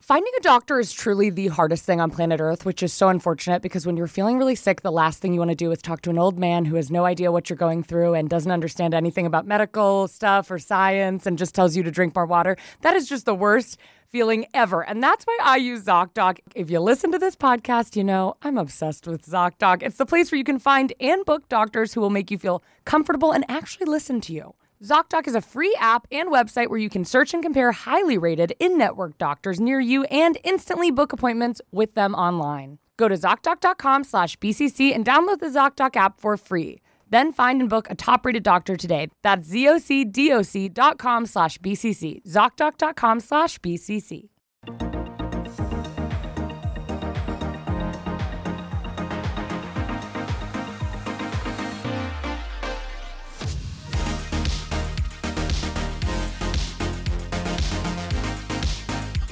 Finding a doctor is truly the hardest thing on planet Earth, which is so unfortunate because when you're feeling really sick, the last thing you want to do is talk to an old man who has no idea what you're going through and doesn't understand anything about medical stuff or science and just tells you to drink more water. That is just the worst feeling ever. And that's why I use ZocDoc. If you listen to this podcast, you know I'm obsessed with ZocDoc. It's the place where you can find and book doctors who will make you feel comfortable and actually listen to you. ZocDoc is a free app and website where you can search and compare highly rated in network doctors near you and instantly book appointments with them online. Go to ZocDoc.com slash BCC and download the ZocDoc app for free. Then find and book a top rated doctor today. That's zocdoc.com slash BCC. ZocDoc.com slash BCC.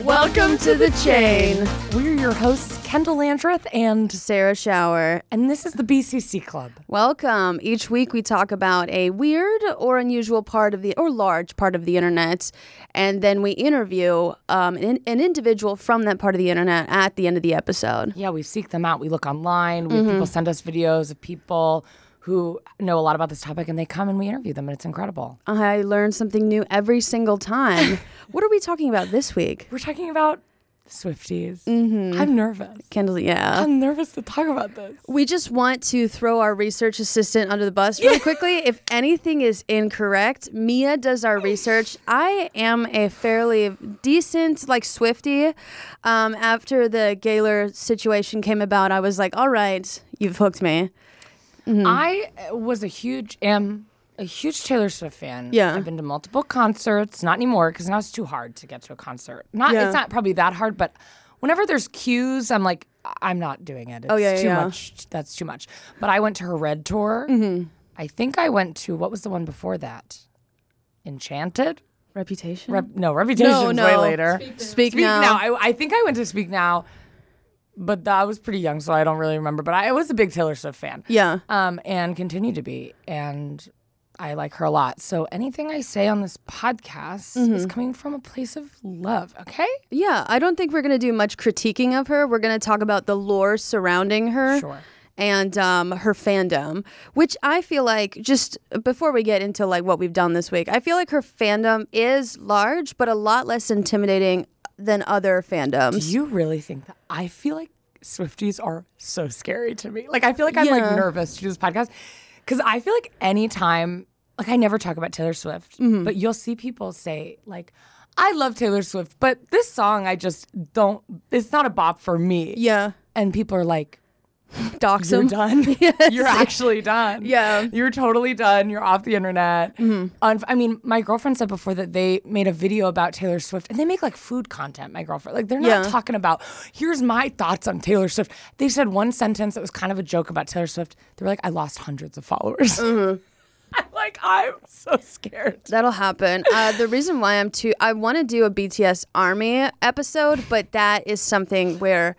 Welcome to the chain, We're your hosts, Kendall Landreth and Sarah Shower. and this is the BCC Club. Welcome. Each week we talk about a weird or unusual part of the or large part of the internet, and then we interview um, an, an individual from that part of the internet at the end of the episode. Yeah, we seek them out. We look online. We, People send us videos of people who know a lot about this topic, and they come and we interview them, and it's incredible. I learn something new every single time. what are we talking about this week? We're talking about Swifties. I'm nervous. Kendall, yeah. I'm nervous to talk about this. We just want to throw our research assistant under the bus really quickly. If anything is incorrect, Mia does our research. I am a fairly decent, like Swifty. Um, after the Gaylor situation came about, I was like, all right, you've hooked me. Hmm. I uh, was a huge am a huge Taylor Swift fan. Yeah. I've been to multiple concerts. Not anymore because now it's too hard to get to a concert. Not Yeah. it's not probably that hard, but whenever there's queues, I'm like "I- I'm not doing it. It's Oh, yeah, yeah, too yeah. much. That's too much. But I went to her Red tour. Mm-hmm. I think I went to what was the one before that? Enchanted. Reputation? Rep- no, Reputation's way later. Speak, Speak now. Now. I, I think I went to Speak Now, but th- I was pretty young, so I don't really remember. But I, I was a big Taylor Swift fan. Yeah. Um, and continue to be. And I like her a lot. So anything I say on this podcast Mm-hmm. is coming from a place of love, okay? Yeah, I don't think we're going to do much critiquing of her. We're going to talk about the lore surrounding her. Sure. And um, her fandom, which I feel like, just before we get into like what we've done this week, I feel like her fandom is large, but a lot less intimidating than other fandoms. Do you really think that? I feel like Swifties are so scary to me. Like, I feel like I'm Yeah. like nervous to do this podcast because I feel like anytime, like, I never talk about Taylor Swift, Mm-hmm. but you'll see people say, like, I love Taylor Swift, but this song I just don't, it's not a bop for me. yeah, And people are like, dox you're them. done. You're actually done. Yeah. Mm-hmm. You're totally done. You're off the internet. Unf- I mean, my girlfriend said before that they made a video about Taylor Swift and they make like food content, my girlfriend. Like they're not Yeah. talking about, here's my thoughts on Taylor Swift. They said one sentence that was kind of a joke about Taylor Swift. They were like, I lost hundreds of followers. Mm-hmm. I'm like, I'm so scared. That'll happen. Uh, the reason why I'm too, I want to do a BTS Army episode, but that is something where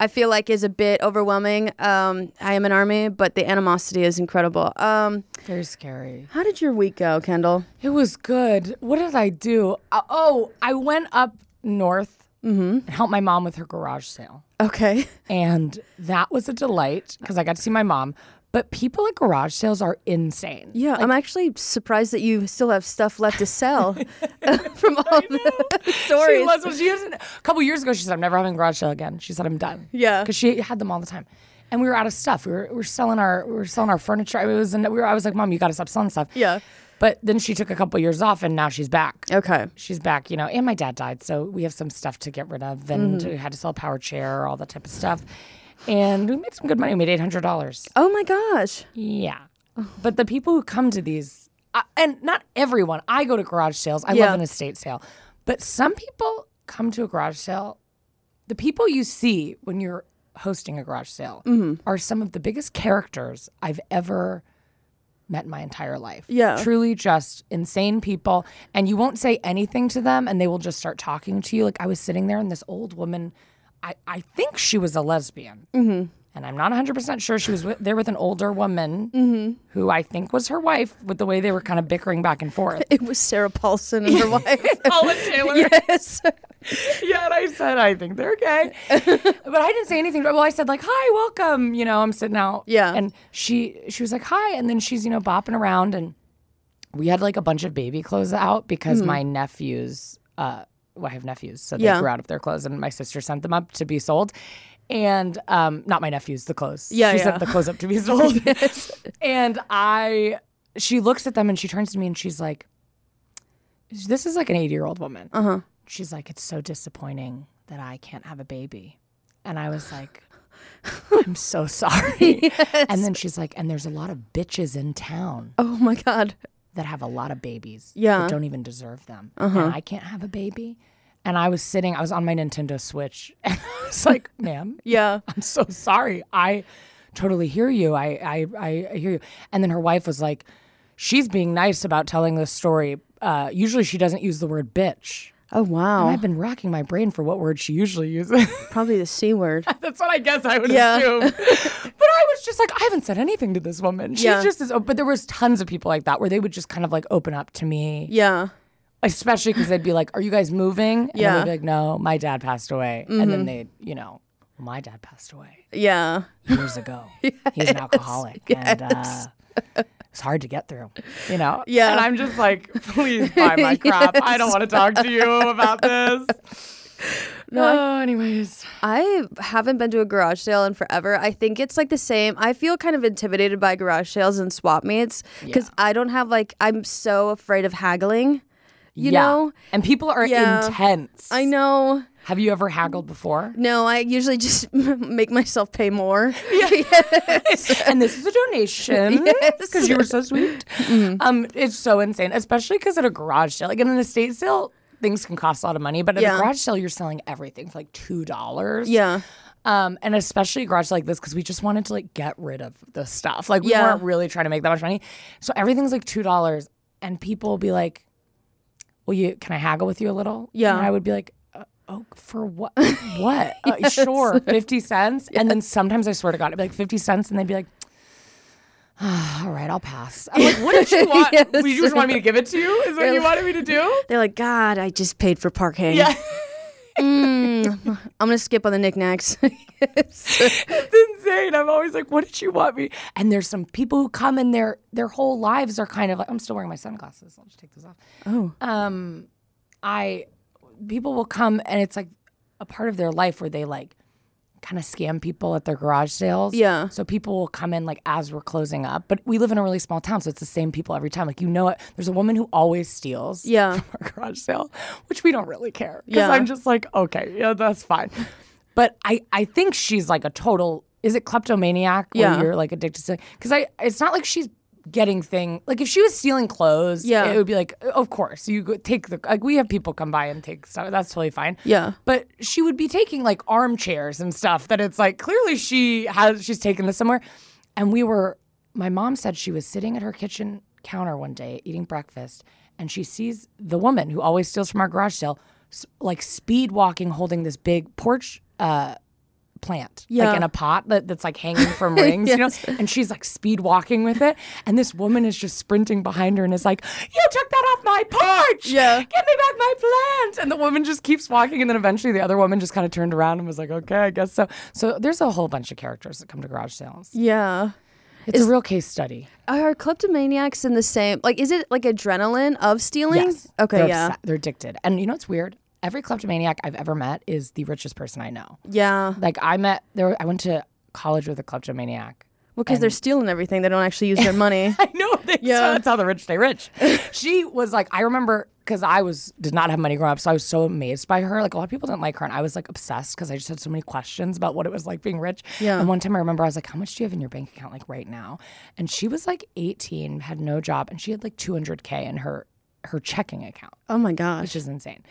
I feel like is a bit overwhelming. Um, I am an Army, but the animosity is incredible. Um, Very scary. how did your week go, Kendall? It was good. What did I do? Uh, oh, I went up north Mm-hmm. and helped my mom with her garage sale. Okay. And that was a delight because I got to see my mom. But people at garage sales are insane. Yeah, I'm actually surprised that you still have stuff left to sell from all the stories. She was, she isn't. A couple years ago, she said, I'm never having a garage sale again. She said, I'm done. Yeah. Because she had them all the time. And we were out of stuff. We were, we were selling our we were selling our furniture. I, mean, it was, and we were, I was like, Mom, you got to stop selling stuff. Yeah. But then she took a couple years off and now she's back. okay. She's back, you know, and my dad died. So we have some stuff to get rid of and Mm-hmm. we had to sell a power chair, all that type of stuff. And we made some good money. We made $800. Oh my gosh. Yeah. But the people who come to these, I, and not everyone, I go to garage sales. I Yeah. love an estate sale. But some people come to a garage sale. The people you see when you're hosting a garage sale are some of the biggest characters I've ever met in my entire life. Yeah. Truly just insane people. And you won't say anything to them and they will just start Mm-hmm. talking to you. Like I was sitting there and this old woman, I, I think she was a lesbian. and I'm not 100% sure she was wi- there with an older woman Mm-hmm. who I think was her wife with the way they were kind of bickering back and forth. It was Sarah Paulson and her wife. Paula Taylor. yes. yeah, and I said, I think they're gay. but I didn't say anything. Well, I said, like, hi, welcome. You know, I'm sitting out. Yeah. And she she was like, hi. And then she's, you know, bopping around and we had like a bunch of baby clothes out because my nephews, uh, well, I have nephews, so they Hmm. Yeah. grew out of their clothes and my sister sent them up to be sold. And um, not my nephews, the clothes. Yeah, She yeah. sent the clothes up to be sold. And I she looks at them and she turns to me and she's like, This is like an 80 year old woman. Uh huh. She's like, It's so disappointing that I can't have a baby. And I was like, I'm so sorry. And then she's like, And there's a lot of bitches in town Oh my God. that have a lot of babies Yeah. Uh-huh. that don't even deserve them. And I can't have a baby. And I was sitting, I was on my Nintendo Switch. And I was like, Ma'am, Yeah. I'm so sorry. I totally hear you. I, I, I I hear you. And then her wife was like, she's being nice about telling this story. Uh, usually she doesn't use the word bitch. Oh wow. I've been racking my brain for what word she usually uses. Probably the C word. That's what I guess I would Yeah. assume. but I was just like, I haven't said anything to this woman. She Yeah. just is. But there was tons of people like that where they would just kind of like open up to me yeah. especially because they'd be like, "Are you guys moving?" And Yeah. Mm-hmm. I'd be like, "No, my dad passed away," and then they, you know, my dad passed away Yeah. years ago. He was an alcoholic, and uh, it's hard to get through, you know. Yeah. and I'm just like, please buy my crap. I don't want to talk to you about this. No, anyways, I haven't been to a garage sale in forever. I think it's like the same. I feel kind of intimidated by garage sales and swap meets because I don't have like I'm so afraid of haggling. You Yeah. know? and people are Yeah. intense. I know. Have you ever haggled before? No, I usually just make myself pay more. and this is a donation because you were so sweet. Um, it's so insane, especially because at a garage sale, like in an estate sale, things can cost a lot of money. But at Yeah. a garage sale, you're selling everything for like two dollars. Yeah. Um, and especially a garage sale like this because we just wanted to like get rid of the stuff. Like we Yeah. weren't really trying to make that much money, so everything's like two dollars, and people will be like, "Will you? Can I haggle with you a little?" Yeah. and I would be like. "Uh, Oh, for what? What? Uh, sure, fifty cents. And then sometimes I swear to God, it'd be like fifty cents, and they'd be like, "Ah, all right, I'll pass. I'm like, what did you want? Yes. Would You just wanted me to give it to you? Is what you wanted me to do? They're like, God, I just paid for parking. Yeah. I'm gonna skip on the knickknacks. it's insane. I'm always like, what did you want me? And there's some people who come and their their whole lives are kind of like I'm still wearing my sunglasses. I'll just take those off. oh. Um I people will come and it's like a part of their life where they like kind of scam people at their garage sales. Yeah. So people will come in like as we're closing up. But we live in a really small town, so it's the same people every time. Like you know it. There's a woman who always steals. Yeah. from our garage sale, which we don't really care. Because Yeah. I'm just like, okay, yeah, that's fine. But I, I think she's like a total. Is it kleptomaniac? Where Yeah. you're like addicted to. Because I, it's not like she's getting thing. Like if she was stealing clothes, Yeah. it would be like, "Uh, of course you go take the. Like we have people come by and take stuff. That's totally fine. Yeah. But she would be taking like armchairs and stuff. That it's like clearly she has. She's taken this somewhere, and we were. My mom said she was sitting at her kitchen counter one day eating breakfast, and she sees the woman who always steals from our garage sale, s- like speed walking, holding this big porch. Uh, plant Yeah. like in a pot that, that's like hanging from rings you know and she's like speed walking with it and this woman is just sprinting behind her and is like you took that off my porch Yeah. give me back my plant and the woman just keeps walking and then eventually the other woman just kind of turned around and was like okay i guess so so there's a whole bunch of characters that come to garage sales Yeah. it's a real case study Are kleptomaniacs in the same? Like, is it like adrenaline of stealing? Yes. Okay. they're yeah. obsessed- they're addicted and you know what's weird every kleptomaniac i've ever met is the richest person i know Yeah. like i met there i went to college with a kleptomaniac Well, because they're stealing everything. They don't actually use their money. I know. They, Yeah. so that's how the rich stay rich. she was like, I remember because I was did not have money growing up, so I was so amazed by her. Like a lot of people didn't like her, and I was like obsessed because I just had so many questions about what it was like being rich. Yeah. And one time I remember I was like, How much do you have in your bank account like right now? And she was like 18, had no job, and she had like 200k in her her checking account, Oh my gosh. which is insane.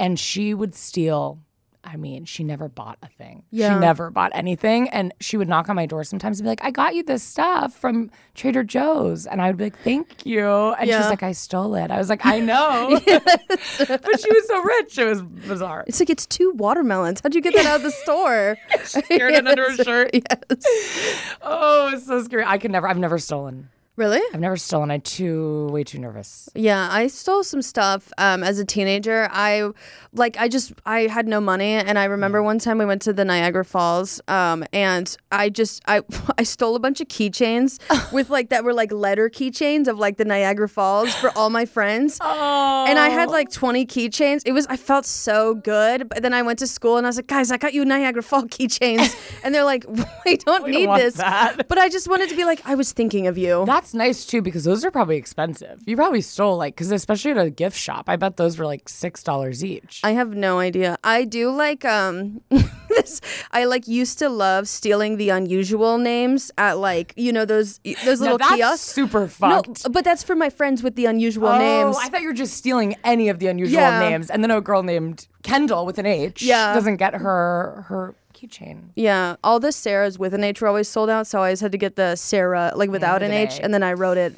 And she would steal. I mean, she never bought a thing. Yeah. She never bought anything. And she would knock on my door sometimes and be like, I got you this stuff from Trader Joe's. And I would be like, thank you. And Yeah. she's like, I stole it. I was like, I know. but she was so rich. It was bizarre. It's like it's two watermelons. How'd you get that out of the store? Scared it under her shirt. yes. Oh, it's so scary. I could never, I've never stolen. Really? I've never stolen. I'm too, way too nervous. Yeah, I stole some stuff um, as a teenager. I like I just I had no money, and I remember one time we went to the Niagara Falls, um, and I just I I stole a bunch of keychains with like that were like letter keychains of like the Niagara Falls for all my friends. Oh. And I had like 20 keychains. It was, I felt so good. But then I went to school and I was like, guys, I got you Niagara Fall keychains. and they're like, we don't don't need want this. that. But I just wanted to be like, I was thinking of you. That's nice too because those are probably expensive. You probably stole like because especially at a gift shop, I bet those were like six dollars each. I have no idea. I do like um this I like used to love stealing the unusual names at like, you know, those those Now little that's kiosks. super No, fucked. but that's for my friends with the unusual oh, names. I thought you were just stealing any of the unusual Yeah. names. And then a girl named Kendall with an H Yeah. doesn't get her her keychain. yeah, all the Sarahs with an H were always sold out, so I always had to get the Sarah like without with an an H, A. and then I wrote it.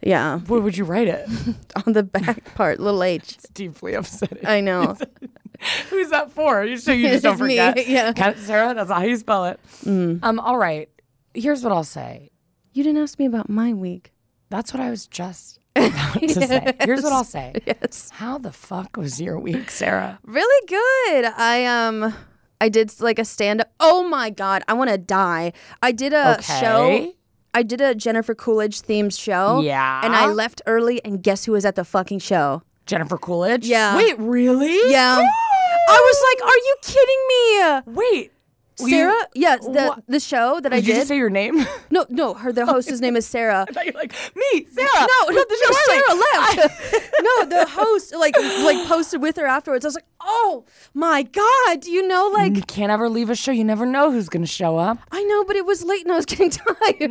Yeah, Where would you write it? on the back part, little H. Deeply upsetting. I know. Who's that for? You so you just don't Uh, It's me, forget. yeah. Mm. Ken- Sarah, that's how you spell it. Um. All right. Here's what I'll say. You didn't ask me about my week. That's what I was just about to say. Here's what I'll say. Yes. How the fuck was your week, Sarah? Really good. I um I did like a stand up. Oh my god, I want to die. I did a show. Okay. I did a Jennifer Coolidge themed show. Yeah. And I left early and guess who was at the fucking show? Jennifer Coolidge? Yeah. Wait, really? Yeah. Uh, I was like, "Are you kidding me?" Wait. will Oh. you- Sarah? Yes, the What? the show that I Did you did. just say your name? I no, no, her the host's name is Sarah. thought you were like, me, Sarah. No, no, left the show early. Sarah left. no, the host like like posted with her afterwards. I was like, "Oh my god, do you know like You can't ever leave a show. You never know who's going to show up. I know, but it was late and I was getting tired.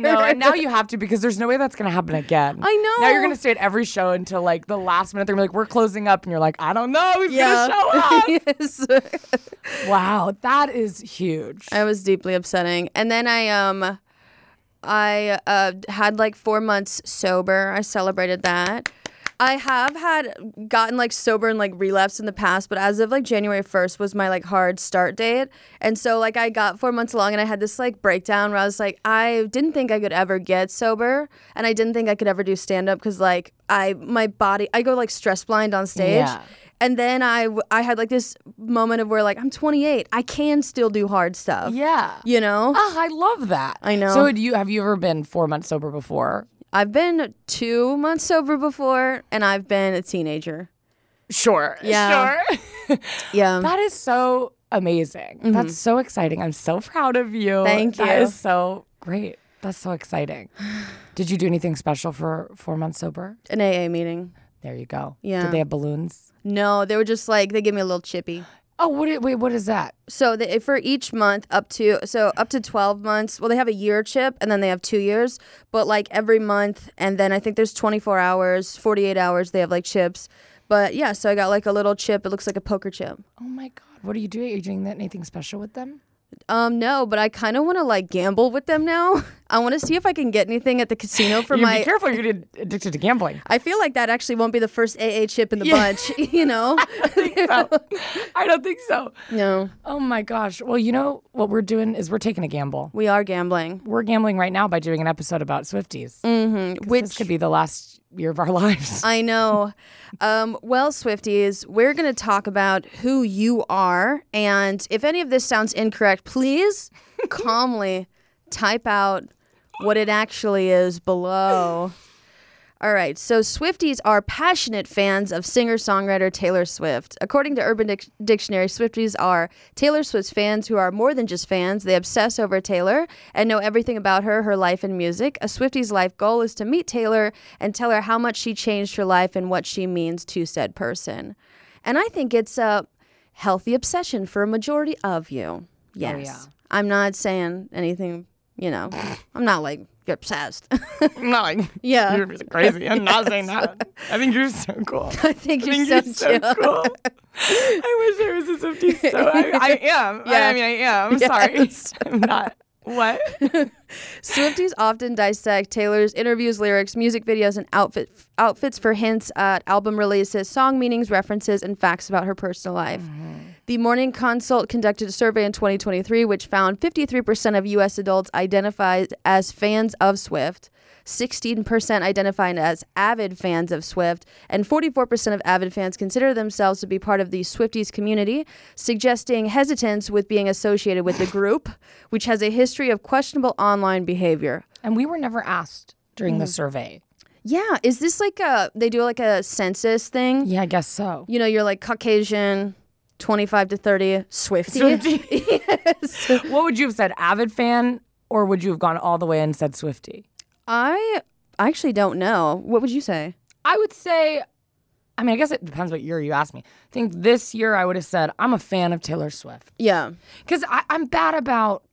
No, and now you have to because there's no way that's going to happen again. I know. Now you're going to stay at every show until like the last minute. They're gonna be like, we're closing up. And you're like, I don't know. Who's going to show up? yes. wow. That is huge. I was deeply upsetting. And then I um I uh had like 4 months sober. I celebrated that. I have had gotten like sober and like relapsed in the past, but as of like January 1st was my like hard start date. And so like I got 4 months along and I had this like breakdown where I was like I didn't think I could ever get sober and I didn't think I could ever do stand up cuz like I my body I go like stress blind on stage. Yeah. And then I, w- I had like this moment of where like I'm 28, I can still do hard stuff. yeah. You know, Ah, I love that. I know. So, had you have you ever been four months sober before? I've been two months sober before, and I've been a teenager. Sure. Yeah. Sure. Yeah, That is so amazing. That's so exciting. I'm so proud of you. Mm-hmm. Thank That you. is so great. That's so exciting. Did you do anything special for four months sober? an AA meeting. There you go. Yeah. Did they have balloons? No, they were just like they gave me a little chippy. Oh, what? i- Wait, what is that? So they, for each month, up to so up to 12 months. Well, they have a year chip, and then they have two years. But like every month, and then I think there's 24 hours, 48 hours. They have like chips. But yeah, so I got like a little chip. It looks like a poker chip. Oh my God. What are you doing? Are you doing that? Anything special with them? Um, no, but I kind of want to like gamble with them now. I want to see if I can get anything at the casino for You my be careful. You're gonna get addicted to gambling. I feel like that actually won't be the first AA chip in the Yeah. bunch, you know? So, I don't think so. no, Oh my gosh. Well, you know what we're doing is we're taking a gamble. we are gambling. We're gambling right now by doing an episode about Swifties. this Which could be the last year of our lives. I know. Um, well, Swifties, we're going to talk about who you are. And if any of this sounds incorrect, please calmly type out what it actually is below. All right, so Swifties are passionate fans of singer songwriter Taylor Swift. According to Urban Dic- Dictionary, Swifties are Taylor Swift's fans who are more than just fans. They obsess over Taylor and know everything about her, her life, and music. A Swiftie's life goal is to meet Taylor and tell her how much she changed her life and what she means to said person. And I think it's a healthy obsession for a majority of you. Yes. Oh, yeah. I'm not saying anything you know, I'm not like you're obsessed. I'm not like, Yeah. you're crazy. I'm not saying that. I think you're so cool. I think I you're think so you're so chill. cool. I wish I was as empty. So I, I am. I, Yeah. mean, I am. I'm Yeah, sorry. it's- I'm not. What? Swifties often dissect Taylor's interviews, lyrics, music videos, and outfit outfits for hints at album releases, song meanings, references, and facts about her personal life. The Morning Consult conducted a survey in 2023, which found 53% of U.S. adults identify as fans of Swift. 16% identify as avid fans of Swift, and 44% of avid fans consider themselves to be part of the Swifties community, suggesting hesitance with being associated with the group, which has a history of questionable online behavior. And we were never asked during Mm. the survey. Yeah, is this like a they do like a census thing? Yeah, I guess so. You know, you're like Caucasian, 25 to 30, Swifty. yes. What would you have said, avid fan, or would you have gone all the way and said Swifty? I actually don't know. What would you say? I would say, I mean, I guess it depends what year you ask me. I think this year I would have said I'm a fan of Taylor Swift Yeah. because I'm bad about.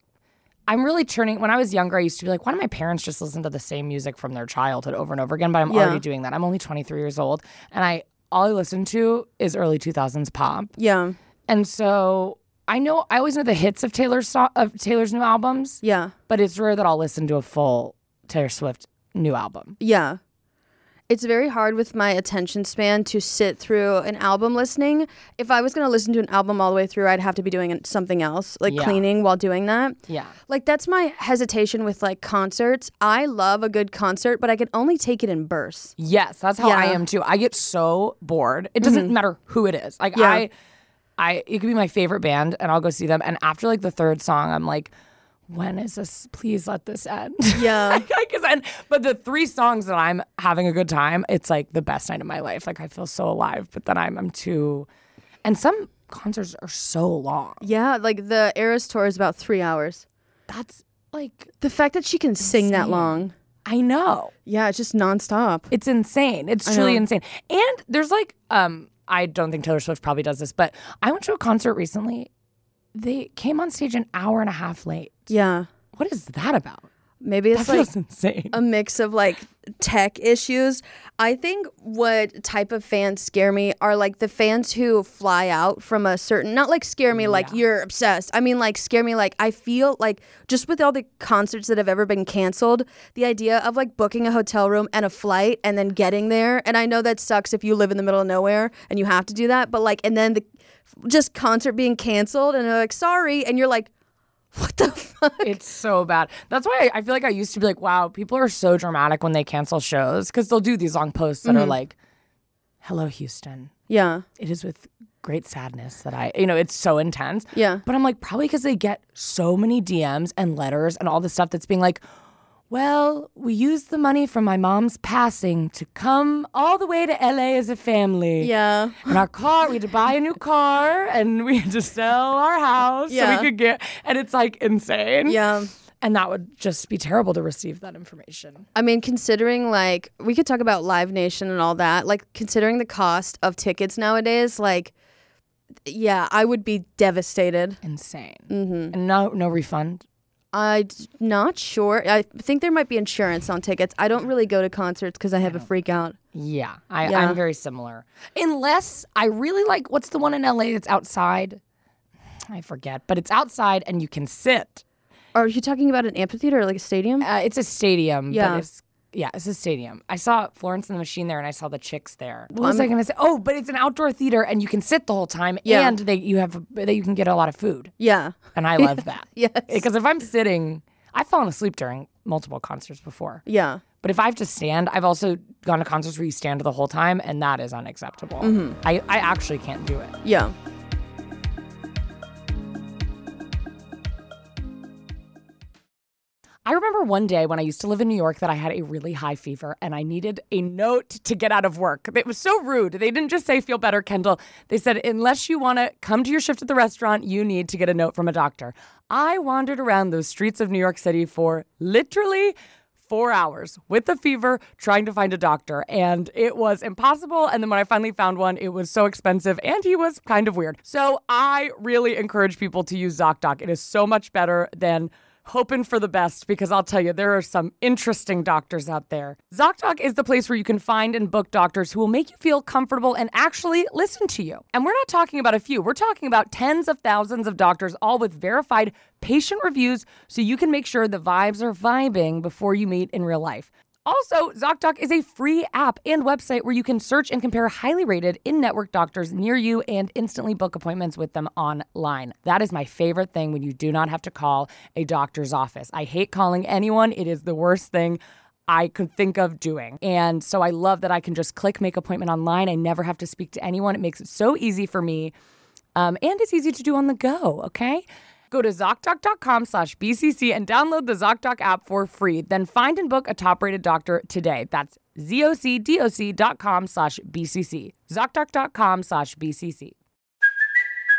I'm really turning. When I was younger, I used to be like, why do my parents just listen to the same music from their childhood over and over again? But I'm Yeah. already doing that. I'm only 23 years old, and I all I listen to is early 2000s pop. Yeah. And so I know I always know the hits of Taylor's so- of Taylor's new albums, Yeah. but it's rare that I'll listen to a full Taylor Swift new album. Yeah. It's very hard with my attention span to sit through an album listening. If I was going to listen to an album all the way through, I'd have to be doing something else, like Yeah. cleaning while doing that. Yeah. Like that's my hesitation with like concerts. I love a good concert, but I can only take it in bursts. Yes, that's how I Yeah. Mm-hmm. am too. I get so bored. It doesn't matter who it is. Like Yeah. I I it could be my favorite band and I'll go see them and after like the third song I'm like when is this please let this end. Yeah. Cuz and but the three songs that I'm having a good time, it's like the best night of my life. Like I feel so alive, but then I'm I'm too and some concerts are so long. yeah, like the Eras tour is about 3 hours. That's like The fact that she can sing that Insane. long. I know. Yeah, it's just nonstop. It's insane. It's truly insane. And there's like, um, I don't think Taylor Swift probably does this, but I went to a concert recently. They came on stage an hour and a half late. Yeah. What is that about? Maybe That it's like feels insane. a mix of like tech issues. I think what type of fans scare me are like the fans who fly out from a certain not like scare me like you're obsessed. I mean like scare me like I feel like just with all the concerts that have ever been canceled, the idea of like booking a hotel room and a flight and then getting there and I know that sucks if you live in the middle of nowhere and you have to do that, but like and then the just concert being canceled and they're like sorry and you're like what the fuck? it's so bad. That's why I, I feel like I used to be like, wow, people are so dramatic when they cancel shows because they'll do these long posts that Mm-hmm. are like, hello, Houston. Yeah. It is with great sadness that I, you know, it's so intense. Yeah. But I'm like, probably because they get so many DMs and letters and all the stuff that's being like, well, we used the money from my mom's passing to come all the way to LA as a family. Yeah. And our car, we had to buy a new car and we had to sell our house so Yeah. we could get, and it's like insane. Yeah. And that would just be terrible to receive that information. I mean, considering like we could talk about Live Nation and all that, like considering the cost of tickets nowadays, like yeah, I would be devastated. Insane. Mm-hmm. And no, no refund. I'm not sure. I think there might be insurance on tickets. I don't really go to concerts because I have a freak out. Yeah, I, Yeah. I'm very similar. Unless I really like what's the one in LA that's outside? I forget, but it's outside and you can sit. Are you talking about an amphitheater or like a stadium? Uh, it's a stadium. Yeah. But it's, yeah, it's a stadium. I saw Florence and the Machine there and I saw the chicks there. What was I going to say? Oh, but it's an outdoor theater and you can sit the whole time Yeah. and they you have that you can get a lot of food. Yeah. And I love that. Yes. Because if I'm sitting, I've fallen asleep during multiple concerts before. Yeah. But if I have to stand, I've also gone to concerts where you stand the whole time, and that is unacceptable. I, I actually can't do it. Yeah. I remember one day when I used to live in New York that I had a really high fever and I needed a note to get out of work. It was so rude. They didn't just say, feel better, Kendall. They said, unless you want to come to your shift at the restaurant, you need to get a note from a doctor. I wandered around those streets of New York City for literally four hours with a fever trying to find a doctor and it was impossible and then when i finally found one it was so expensive and he was kind of weird so i really encourage people to use zocdoc it is so much better than hoping for the best because I'll tell you, there are some interesting doctors out there. ZocDoc is the place where you can find and book doctors who will make you feel comfortable and actually listen to you. And we're not talking about a few, we're talking about tens of thousands of doctors, all with verified patient reviews, so you can make sure the vibes are vibing before you meet in real life. Also, ZocDoc is a free app and website where you can search and compare highly rated in network doctors near you and instantly book appointments with them online. That is my favorite thing when you do not have to call a doctor's office. I hate calling anyone, it is the worst thing. I could think of doing. And so I love that I can just click make appointment online. I never have to speak to anyone. It makes it so easy for me. Um, and it's easy to do on the go, okay? Go to ZocDoc.com slash BCC and download the ZocDoc app for free. Then find and book a top-rated doctor today. That's ZocDoc.com slash BCC. ZocDoc.com slash BCC.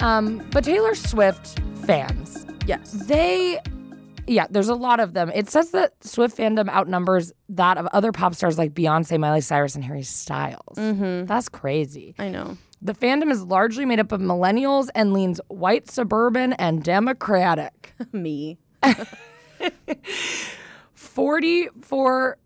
Um, but Taylor Swift fans, Yes. they yeah there's a lot of them it says that swift fandom outnumbers that of other pop stars like beyonce miley cyrus and harry styles that's crazy I know. the fandom is largely made up of millennials and leans white suburban and democratic Me. 44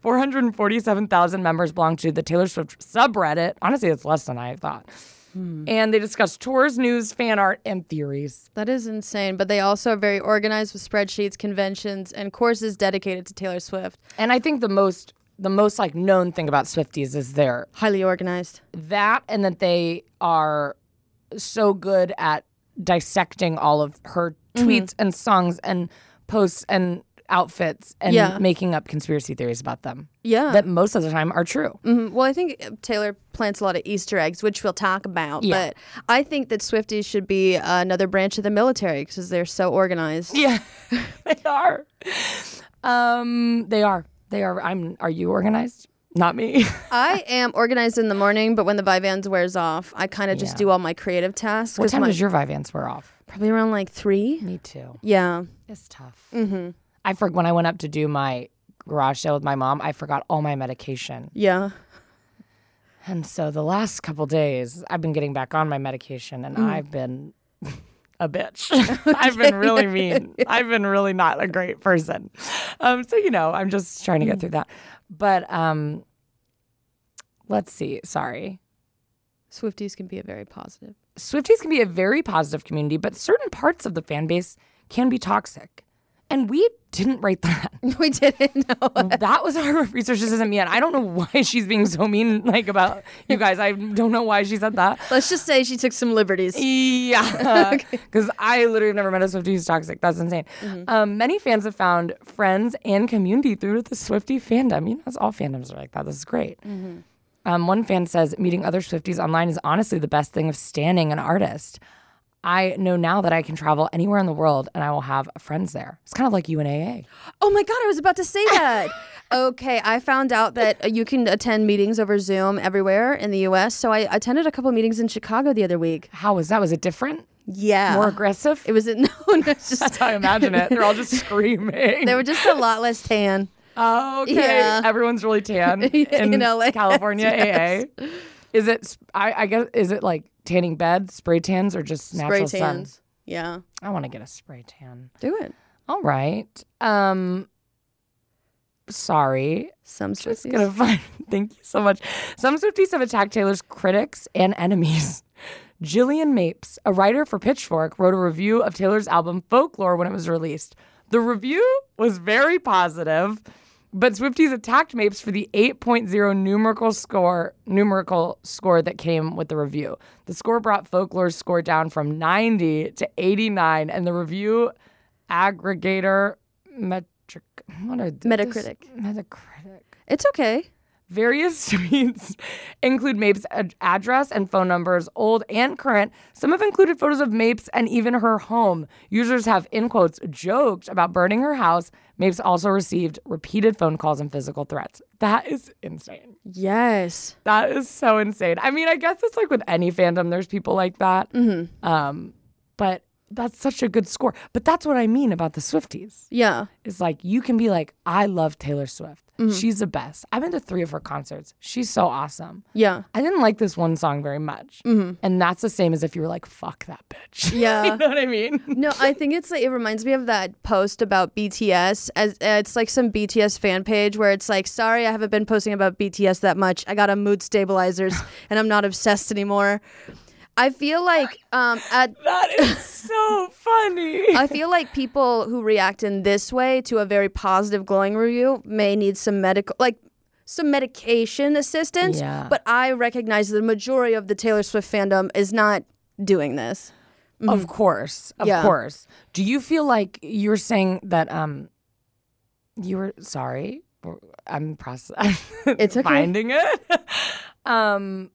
447,000 members belong to the Taylor Swift subreddit. Honestly, it's less than I thought. And they discuss tours, news, fan art, and theories. That is insane. But they also are very organized with spreadsheets, conventions, and courses dedicated to Taylor Swift. And I think the most the most like known thing about Swifties is their Highly organized. that and that they are so good at dissecting all of her tweets and songs and posts and outfits and Yeah. making up conspiracy theories about them Yeah. that most of the time are true. Mhm. Well, I think uh, Taylor plants a lot of Easter eggs, which we'll talk about. Yeah. But I think that Swifties should be uh, another branch of the military because they're so organized. Yeah, they are. Um, they are. They are. I'm. Are you organized? Not me. I am organized in the morning, but when the Vivans wears off, I kind of just Yeah. do all my creative tasks. what 'cause time my- does your Vivance wear off? probably around like three? Me too. Yeah. It's tough. Mm-hmm. I forgot when I went up to do my garage sale with my mom. I forgot all my medication. Yeah. And so the last couple days, I've been getting back on my medication, and I've been a bitch. I've been really mean. I've been really not a great person. Um, so you know, I'm just trying to get through that. But um, let's see. Sorry. Swifties can be a very positive. Swifties can be a very positive community, but certain parts of the fan base can be toxic. And we didn't rate that. we didn't know. that was our research. This isn't me. And I don't know why she's being so mean, like about you guys. I don't know why she said that. Let's just say she took some liberties. Yeah. Because I literally have never met a Swiftie who's toxic. That's insane. Mm-hmm. Um, many fans have found friends and community through the Swiftie fandom. You know, it's all fandoms are like that. This is great. Mm-hmm. Um, one fan says meeting other Swifties online is honestly the best thing of standing an artist. I know now that I can travel anywhere in the world and I will have friends there. It's kind of like you and AA. Oh my God, I was about to say that. okay, I found out that uh, you can attend meetings over Zoom everywhere in the US. So I attended a couple meetings in Chicago the other week. How was that? Was it different? Yeah. More aggressive? Uh-huh. It was, no, no it's That's just, how I imagine it. They're all just screaming. they were just a lot less tan. Oh, okay. Yeah. Everyone's really tan in, In LA, California AA. Is it? sp- I, I guess is it like tanning beds, spray tans, or just natural Spray sun? tans. Yeah. I want to get a spray tan. Do it. All right. Um, sorry. Some Just Swifties. gonna find. Thank you so much. Some Swifties have attacked Taylor's critics and enemies. Jillian Mapes, a writer for Pitchfork, wrote a review of Taylor's album Folklore when it was released. The review was very positive, but Swifties attacked Mapes for the 8.0 numerical score numerical score that came with the review. The score brought Folklore's score down from 90 to 89, and the review aggregator metric. What are th- this- Metacritic. Metacritic It's okay. Various streets include Mapes' ad- address and phone numbers, old and current. Some have included photos of Mapes and even her home. Users have, in quotes, joked about burning her house. Mapes also received repeated phone calls and physical threats. That is insane. Yes. That is so insane. I mean, I guess it's like with any fandom, there's people like that. Um, but that's such a good score. But that's what I mean about the Swifties. Yeah. It's like you can be like, I love Taylor Swift. She's the best. I've been to three of her concerts. She's so awesome. Yeah. I didn't like this one song very much. And that's the same as if you were like, fuck that bitch. Yeah. you know what I mean? No, I think it's like it reminds me of that post about BTS. As uh, it's like some BTS fan page where it's like, "Sorry, I haven't been posting about BTS that much. I got on mood stabilizers, and I'm not obsessed anymore." I feel like um, at That is so funny. I feel like people who react in this way to a very positive glowing review may need some medical like some medication assistance. Yeah. But I recognize the majority of the Taylor Swift fandom is not doing this. Of course. Of Mm-hmm. Yeah. course. Do you feel like you were saying that um you were sorry? or- I'm process It's okay. finding it. um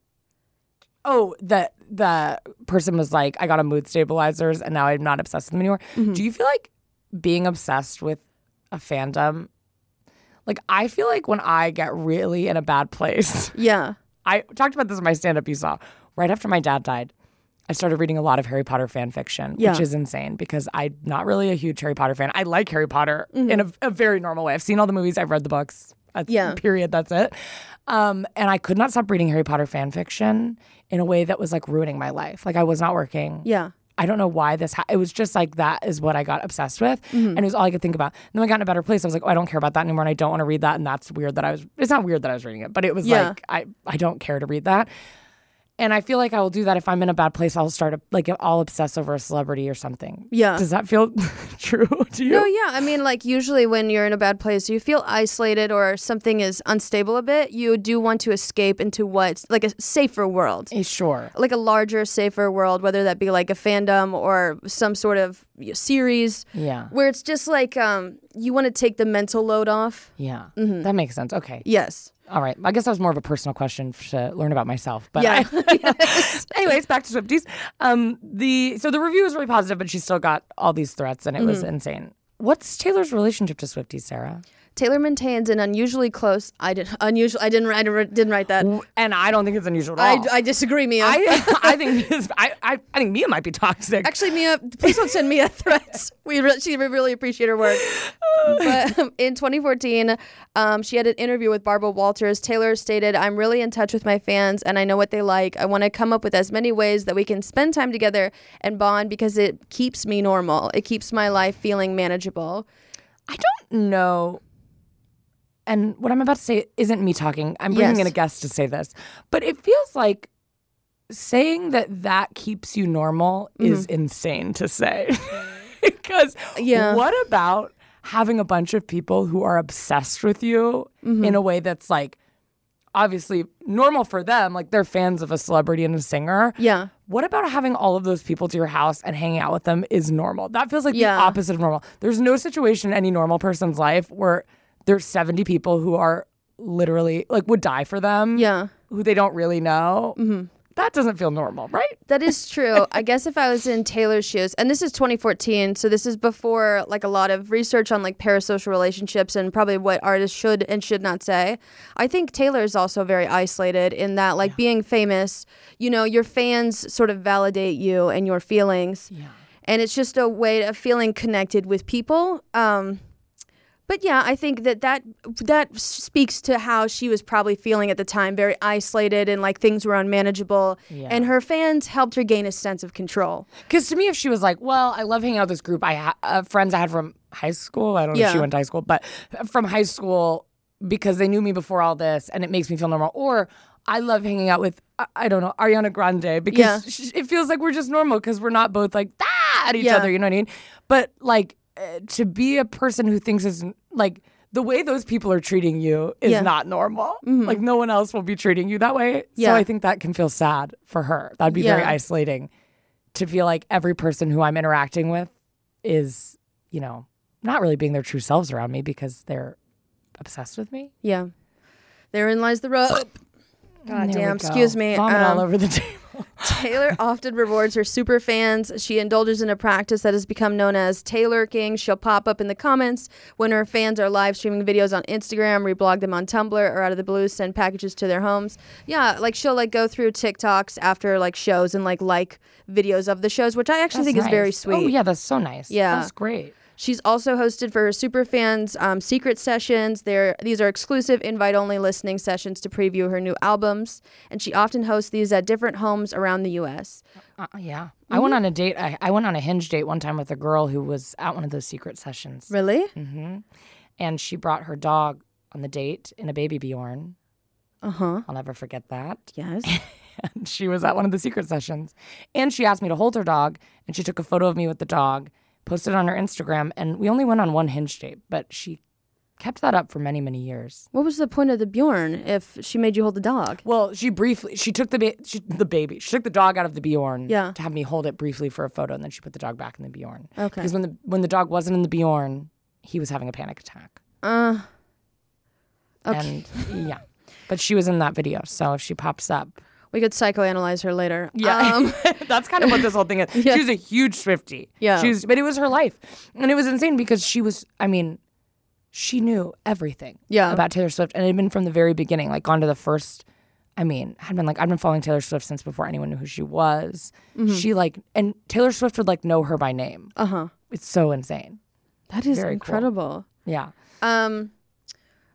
Oh, that the person was like, I got a mood stabilizers and now I'm not obsessed with them anymore. Mm-hmm. Do you feel like being obsessed with a fandom? Like I feel like when I get really in a bad place, Yeah. I talked about this in my stand up you saw. Right after my dad died, I started reading a lot of Harry Potter fan fiction, Yeah. which is insane because I'm not really a huge Harry Potter fan. I like Harry Potter Mm-hmm. in a, a very normal way. I've seen all the movies, I've read the books. That's Yeah. Period. That's it. Um, and I could not stop reading Harry Potter fan fiction in a way that was like ruining my life. Like I was not working. Yeah. I don't know why this. Ha- it was just like that is what I got obsessed with, Mm-hmm. and it was all I could think about. And then I got in a better place. I was like, oh, I don't care about that anymore, and I don't want to read that. And that's weird that I was. It's not weird that I was reading it, but it was Yeah. like I I don't care to read that. And I feel like I will do that if I'm in a bad place. I'll start a, like I'll obsess over a celebrity or something. Yeah. Does that feel true to you? No, Oh, yeah. I mean, like, usually when you're in a bad place, you feel isolated or something is unstable a bit, you do want to escape into what's like a safer world. Eh, Sure. Like a larger, safer world, whether that be like a fandom or some sort of you know, series. Yeah. Where it's just like um, you want to take the mental load off. Yeah. Mm-hmm. That makes sense. Okay. Yes. All right. I guess that was more of a personal question f- to learn about myself. But Yeah. I- anyways, back to Swifties. Um, the so the review was really positive, but she still got all these threats, and it was insane. What's Taylor's relationship to Swifties, Sarah? Taylor maintains an unusually close. I didn't unusual. I didn't. I didn't write that. And I don't think it's unusual at I, all. I disagree, Mia. I, I think this, I, I I think Mia might be toxic. Actually, Mia, please don't send Mia threats. We re- she we really appreciate her work. But um, in 2014, um, she had an interview with Barbara Walters. Taylor stated, "I'm really in touch with my fans, and I know what they like. I want to come up with as many ways that we can spend time together and bond because it keeps me normal. It keeps my life feeling manageable." I don't know. And what I'm about to say isn't me talking. I'm bringing Yes. in a guest to say this, but it feels like saying that that keeps you normal Mm-hmm. is insane to say. because Yeah. what about having a bunch of people who are obsessed with you Mm-hmm. in a way that's like obviously normal for them, like they're fans of a celebrity and a singer. Yeah. What about having all of those people to your house and hanging out with them is normal? That feels like Yeah. the opposite of normal. There's no situation in any normal person's life where there's 70 people who are literally like would die for them. Yeah. Who they don't really know. That doesn't feel normal, right? That is true. I guess if I was in Taylor's shoes, and this is 2014, so this is before like a lot of research on like parasocial relationships and probably what artists should and should not say. I think Taylor is also very isolated in that like being famous, you know, your fans sort of validate you and your feelings. Yeah. And it's just a way of feeling connected with people. Um, but yeah, I think that that that speaks to how she was probably feeling at the time, very isolated and like things were unmanageable. And her fans helped her gain a sense of control. Because to me, if she was like, "Well, I love hanging out with this group I ha- uh, friends I had from high school," I don't know if she Yeah. went to high school, but uh, from high school because they knew me before all this, and it makes me feel normal. Or I love hanging out with I, I don't know Ariana Grande because Yeah. sh- it feels like we're just normal because we're not both like ah at each Yeah. other. You know what I mean? But like uh, to be a person who thinks is like. The way those people are treating you is Yeah. Mm-hmm. not normal. Like no one else will be treating you that way. Yeah. So I think that can feel sad for her. That'd be very Yeah. isolating to feel like every person who I'm interacting with is, you know, not really being their true selves around me because they're obsessed with me. Yeah. Therein lies the rub. God damn, excuse me. Vomit Um, all over the table. Taylor often rewards her super fans. She indulges in a practice that has become known as Taylor King. She'll pop up in the comments when her fans are live streaming videos on Instagram, reblog them on Tumblr, or out of the blue send packages to their homes. Yeah, like she'll like go through TikToks after like shows and like like videos of the shows, which I actually That's think is very nice. sweet. Oh yeah, that's so nice. Yeah. that's great. She's also hosted for her superfans um, secret sessions. They're, these are exclusive, invite only listening sessions to preview her new albums. And she often hosts these at different homes around the U.S. Uh, yeah, Mm-hmm. I went on a date. I, I went on a hinge date one time with a girl who was at one of those secret sessions, Really? and she brought her dog on the date in a baby Bjorn. Uh huh. I'll never forget that. Yes. And she was at one of the secret sessions, and she asked me to hold her dog, and she took a photo of me with the dog, posted it on her Instagram, and we only went on one hinge date, but she kept that up for many many years. what was the point of the Bjorn if she made you hold the dog? Well, she briefly she took the ba- she, the baby. She took the dog out of the Bjorn Yeah. to have me hold it briefly for a photo, and then she put the dog back in the Bjorn. Okay. Because when the when the dog wasn't in the Bjorn, he was having a panic attack. Uh. Okay. And yeah, but she was in that video, so if she pops up, we could psychoanalyze her later. yeah, Um, that's kind of what this whole thing is. Yeah. She was a huge Swifty. Yeah. she was, but it was her life, and it was insane because she was. I mean, she knew everything. Yeah. about Taylor Swift, and it had been from the very beginning, like gone to the first. I mean, had been like I've been following Taylor Swift since before anyone knew who she was. Mm-hmm. She like and Taylor Swift would like know her by name. uh huh. It's so insane. That is Very cool. incredible. Yeah. Um,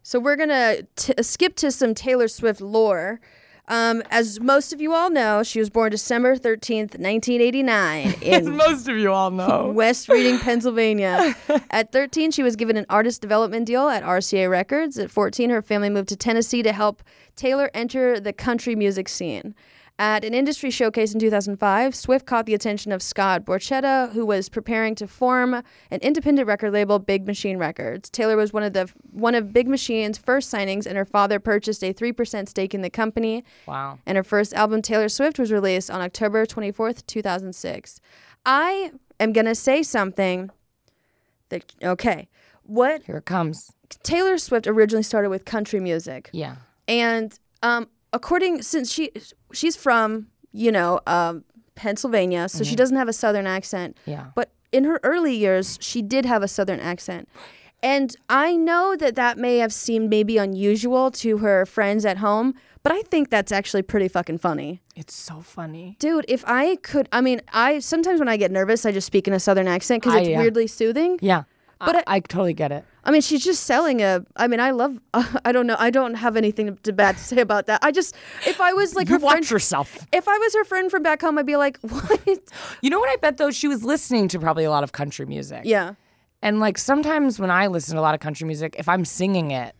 so we're gonna t- skip to some Taylor Swift lore. Um, as most of you all know, she was born December thirteenth, nineteen eighty nine, in Most of you all know. West Reading, Pennsylvania. At 13, she was given an artist development deal at RCA Records. At 14, her family moved to Tennessee to help Taylor enter the country music scene. At an industry showcase in 2005, Swift caught the attention of Scott Borchetta, who was preparing to form an independent record label, Big Machine Records. Taylor was one of the one of Big Machine's first signings, and her father purchased a 3% stake in the company Wow. and her first album Taylor Swift was released on October 24th, 2006. I am going to say something that okay. What Here it comes. Taylor Swift originally started with country music. Yeah. And um according since she she's from, you know, um Pennsylvania, so she doesn't have a southern accent. Yeah. But in her early years, she did have a southern accent. And I know that that may have seemed maybe unusual to her friends at home, but I think that's actually pretty fucking funny. It's so funny. Dude, if I could, I mean, I sometimes when I get nervous, I just speak in a southern accent because I- it's Ah, yeah. weirdly soothing. Yeah. But But I, I totally get it. I mean, she's just selling a. I mean, I love. I don't know. I don't have anything to, bad to say about that. I just, if I was like You her watch friend, yourself. if I was her friend from back home, I'd be like, what? You know what I bet though? She was listening to probably a lot of country music. yeah, And like sometimes when I listen to a lot of country music, if I'm singing it,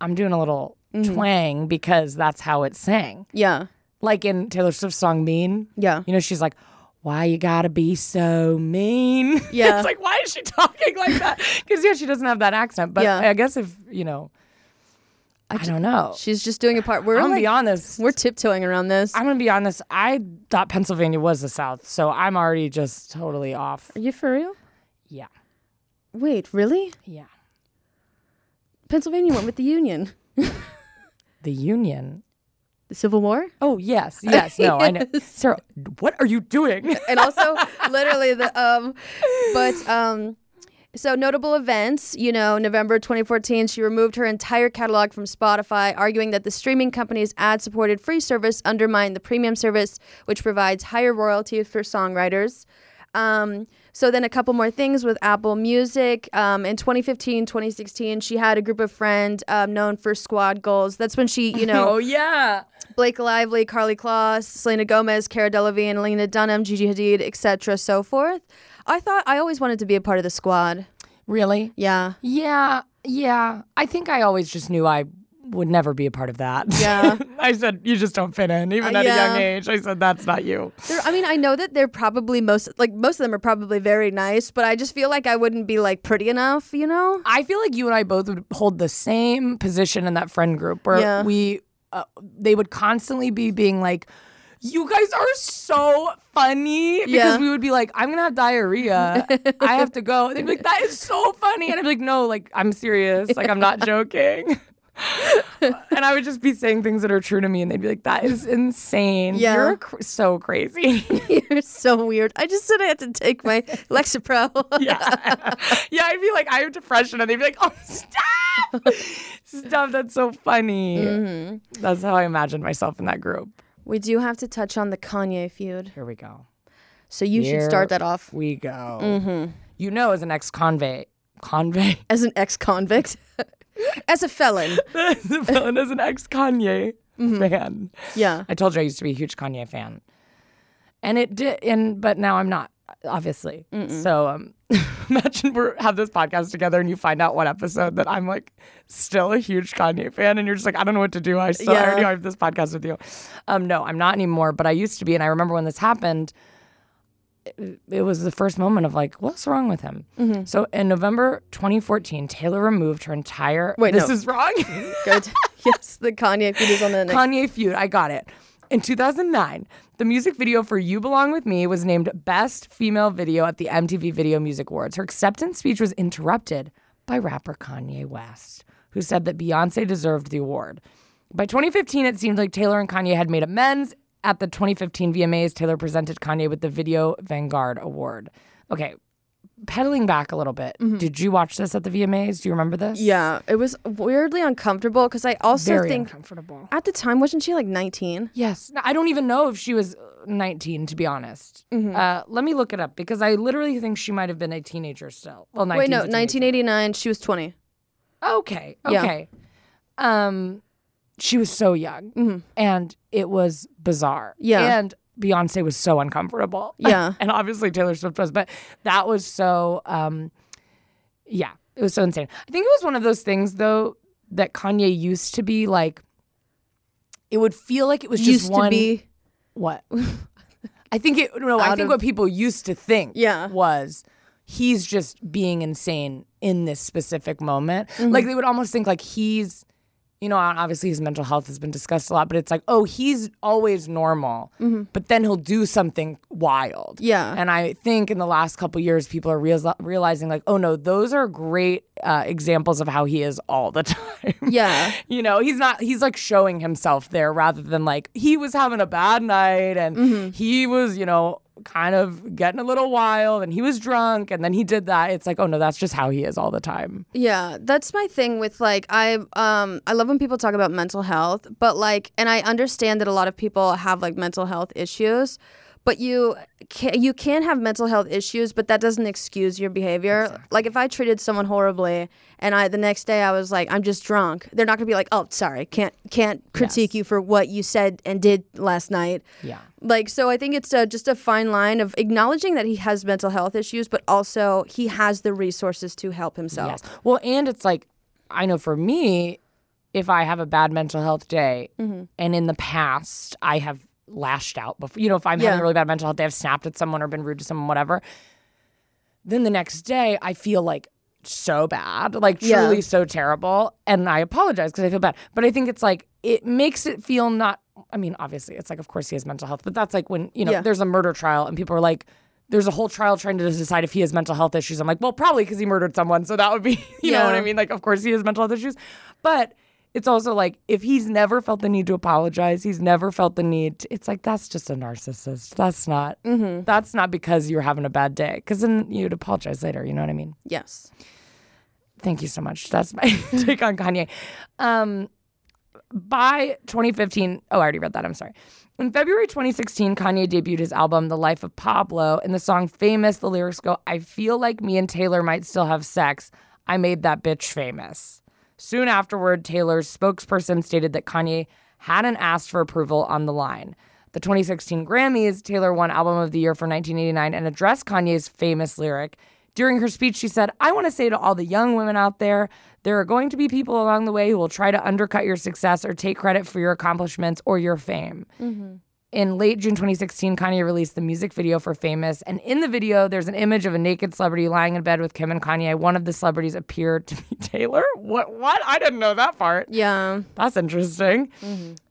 I'm doing a little Mm-hmm. twang because that's how it's sang. yeah, Like in Taylor Swift's song Mean. Yeah. You know, she's like, why you gotta be so mean? Yeah. it's like, why is she talking like that? Because, yeah, she doesn't have that accent. But Yeah. I guess if, you know, I, don't know. she's just doing a part. We're I'm like, gonna be honest. we're tiptoeing around this. I'm gonna be honest. I thought Pennsylvania was the South, so I'm already just totally off. Are you for real? Yeah. Wait, really? Yeah. Pennsylvania went with the Union, The Union. the Civil War, Oh yes, yes. No, I know. Sarah, what are you doing? and also literally the um, but um. So notable events, you know, November 2014, she removed her entire catalog from Spotify, arguing that the streaming company's ad-supported free service undermined the premium service, which provides higher royalties for songwriters. Um, so then a couple more things with Apple Music. Um, in 2015, 2016, she had a group of friends um, known for squad goals. That's when she, you know, Oh, yeah. Blake Lively, Carly Kloss, Selena Gomez, Cara Delevingne, Lena Dunham, Gigi Hadid, etc., so forth. I thought I always wanted to be a part of the squad. Really? Yeah. Yeah, yeah. I think I always just knew I would never be a part of that. Yeah. I said you just don't fit in, even Uh, at a young yeah. age. I said that's not you. They're, I mean, I know that they're probably most like most of them are probably very nice, but I just feel like I wouldn't be like pretty enough, you know? I feel like you and I both would hold the same position in that friend group where Yeah. we uh, they would constantly be being like you guys are so funny because Yeah. we would be like, I'm gonna have diarrhea. I have to go. And they'd be like, that is so funny. And I'd be like, no, like, I'm serious. Like, I'm not joking. and I would just be saying things that are true to me, and they'd be like, "That is insane. Yeah. You're cr- so crazy." You're so weird. I just said I had to take my Lexapro. yeah, yeah. I'd be like, "I have depression," and they'd be like, "Oh, stop, stop. That's so funny." That's how I imagined myself in that group. we do have to touch on the Kanye feud. Here we go. So you should start that off We go. You know, as an ex-convict, convict, as an ex convict, as a felon. as a villain, as an ex-Kanye fan. Yeah. I told you I used to be a huge Kanye fan, and it did. And but now I'm not, obviously. So um, imagine we are have this podcast together, and you find out one episode that I'm like still a huge Kanye fan, and you're just like, I don't know what to do. I still I already Yeah. have this podcast with you. Um, no, I'm not anymore. But I used to be, and I remember when this happened. It, it was the first moment of like, what's wrong with him? Mm-hmm. So in November 2014, Taylor removed her entire. Wait, this no. is wrong. Good. yes, the Kanye feud is on the next. Kanye feud. I got it. In 2009, the music video for You Belong With Me was named Best Female Video at the MTV Video Music Awards. Her acceptance speech was interrupted by rapper Kanye West, who said that Beyonce deserved the award. By 2015, it seemed like Taylor and Kanye had made amends. At the 2015 VMAs, Taylor presented Kanye with the Video Vanguard Award. Okay, pedaling back a little bit, did you watch this at the VMAs? Do you remember this? yeah, it was weirdly uncomfortable because I also Very think uncomfortable. at the time wasn't she like 19? Yes. No, I don't even know if she was uh, 19, to be honest. Mm-hmm. Uh, let me look it up because I literally think she might have been a teenager still. Well, 19 Wait, no, 19. 1989. She was 20. Okay. Yeah. Okay. Um, she was so young and it was bizarre. Mm-hmm. Yeah. And Beyonce was so uncomfortable. Yeah. and obviously Taylor Swift was, but that was so, um, yeah, it was so insane. I think it was one of those things though that Kanye used to be like, it would feel like it was just Used one. to be. What? I think it. No, I Out think of- what people used to think. Yeah. Was he's just being insane in this specific moment? Mm-hmm. Like they would almost think like he's, you know, obviously his mental health has been discussed a lot, but it's like oh he's always normal, but then he'll do something wild. Mm-hmm. Yeah. And I think in the last couple years, people are real- realizing like oh no, those are great uh, examples of how he is all the time. Yeah. You know, he's not, he's like showing himself there rather than like he was having a bad night and he was, you know, kind of getting a little wild and he was drunk and then he did that. It's like, oh no, that's just how he is all the time. Yeah, that's my thing with like I um I love when people talk about mental health, but like and I understand that a lot of people have like mental health issues, but you can you can have mental health issues, but that doesn't excuse your behavior. Like if I treated someone horribly and I the next day I was like I'm just drunk, they're not going to be like, "Oh, sorry. Can't can't critique you for what you said and did last night." Yeah. Like, so I think it's uh just a fine line of acknowledging that he has mental health issues, but also he has the resources to help himself. Yes. Well, and it's like, I know for me, if I have a bad mental health day, and in the past I have lashed out before, you know, if I'm having Yeah. a really bad mental health day, I've snapped at someone or been rude to someone, whatever. Then the next day, I feel like so bad, like Yeah. truly so terrible, and I apologize because I feel bad. But I think it's like it makes it feel not. I mean, obviously, it's like of course he has mental health, but that's like when you know Yeah. there's a murder trial and people are like. There's a whole trial trying to decide if he has mental health issues. I'm like, well, probably because he murdered someone. So that would be, you know what I Yeah. mean? Like, of course, he has mental health issues. But it's also like, if he's never felt the need to apologize, he's never felt the need. To, it's like, that's just a narcissist. That's not, that's not because you're having a bad day. Because then you'd apologize later. You know what I mean? Yes. Thank you so much. That's my take on Kanye. Um, by 2015, oh, I already read that. I'm sorry. In February 2016, Kanye debuted his album, The Life of Pablo. In the song Famous, the lyrics go, I feel like me and Taylor might still have sex. I made that bitch famous. Soon afterward, Taylor's spokesperson stated that Kanye hadn't asked for approval on the line. The 2016 Grammys, Taylor won Album of the Year for 1989 and addressed Kanye's famous lyric. During her speech, she said, I want to say to all the young women out there, there are going to be people along the way who will try to undercut your success or take credit for your accomplishments or your fame. In late June 2016, Kanye released the music video for Famous. And in the video, there's an image of a naked celebrity lying in bed with Kim and Kanye. One of the celebrities appeared to be Taylor. What? What? I didn't know that part. Yeah. That's interesting.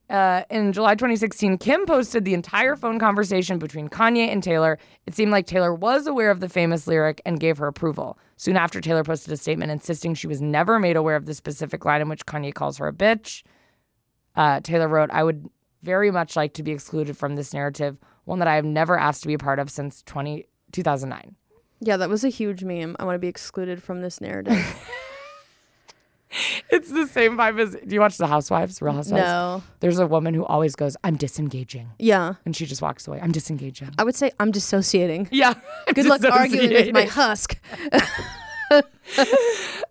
Uh, in July 2016, Kim posted the entire phone conversation between Kanye and Taylor. It seemed like Taylor was aware of the famous lyric and gave her approval. Soon after, Taylor posted a statement insisting she was never made aware of the specific line in which Kanye calls her a bitch. Uh, Taylor wrote, I would very much like to be excluded from this narrative, one that I have never asked to be a part of since 20, 2009. Yeah, that was a huge meme. I want to be excluded from this narrative. It's the same vibe as. Do you watch The Housewives, Real Housewives? no. There's a woman who always goes, I'm disengaging. Yeah. And she just walks away. I'm disengaging. I would say I'm dissociating. Oh, Yeah. Good luck arguing with my Dissociated. husk.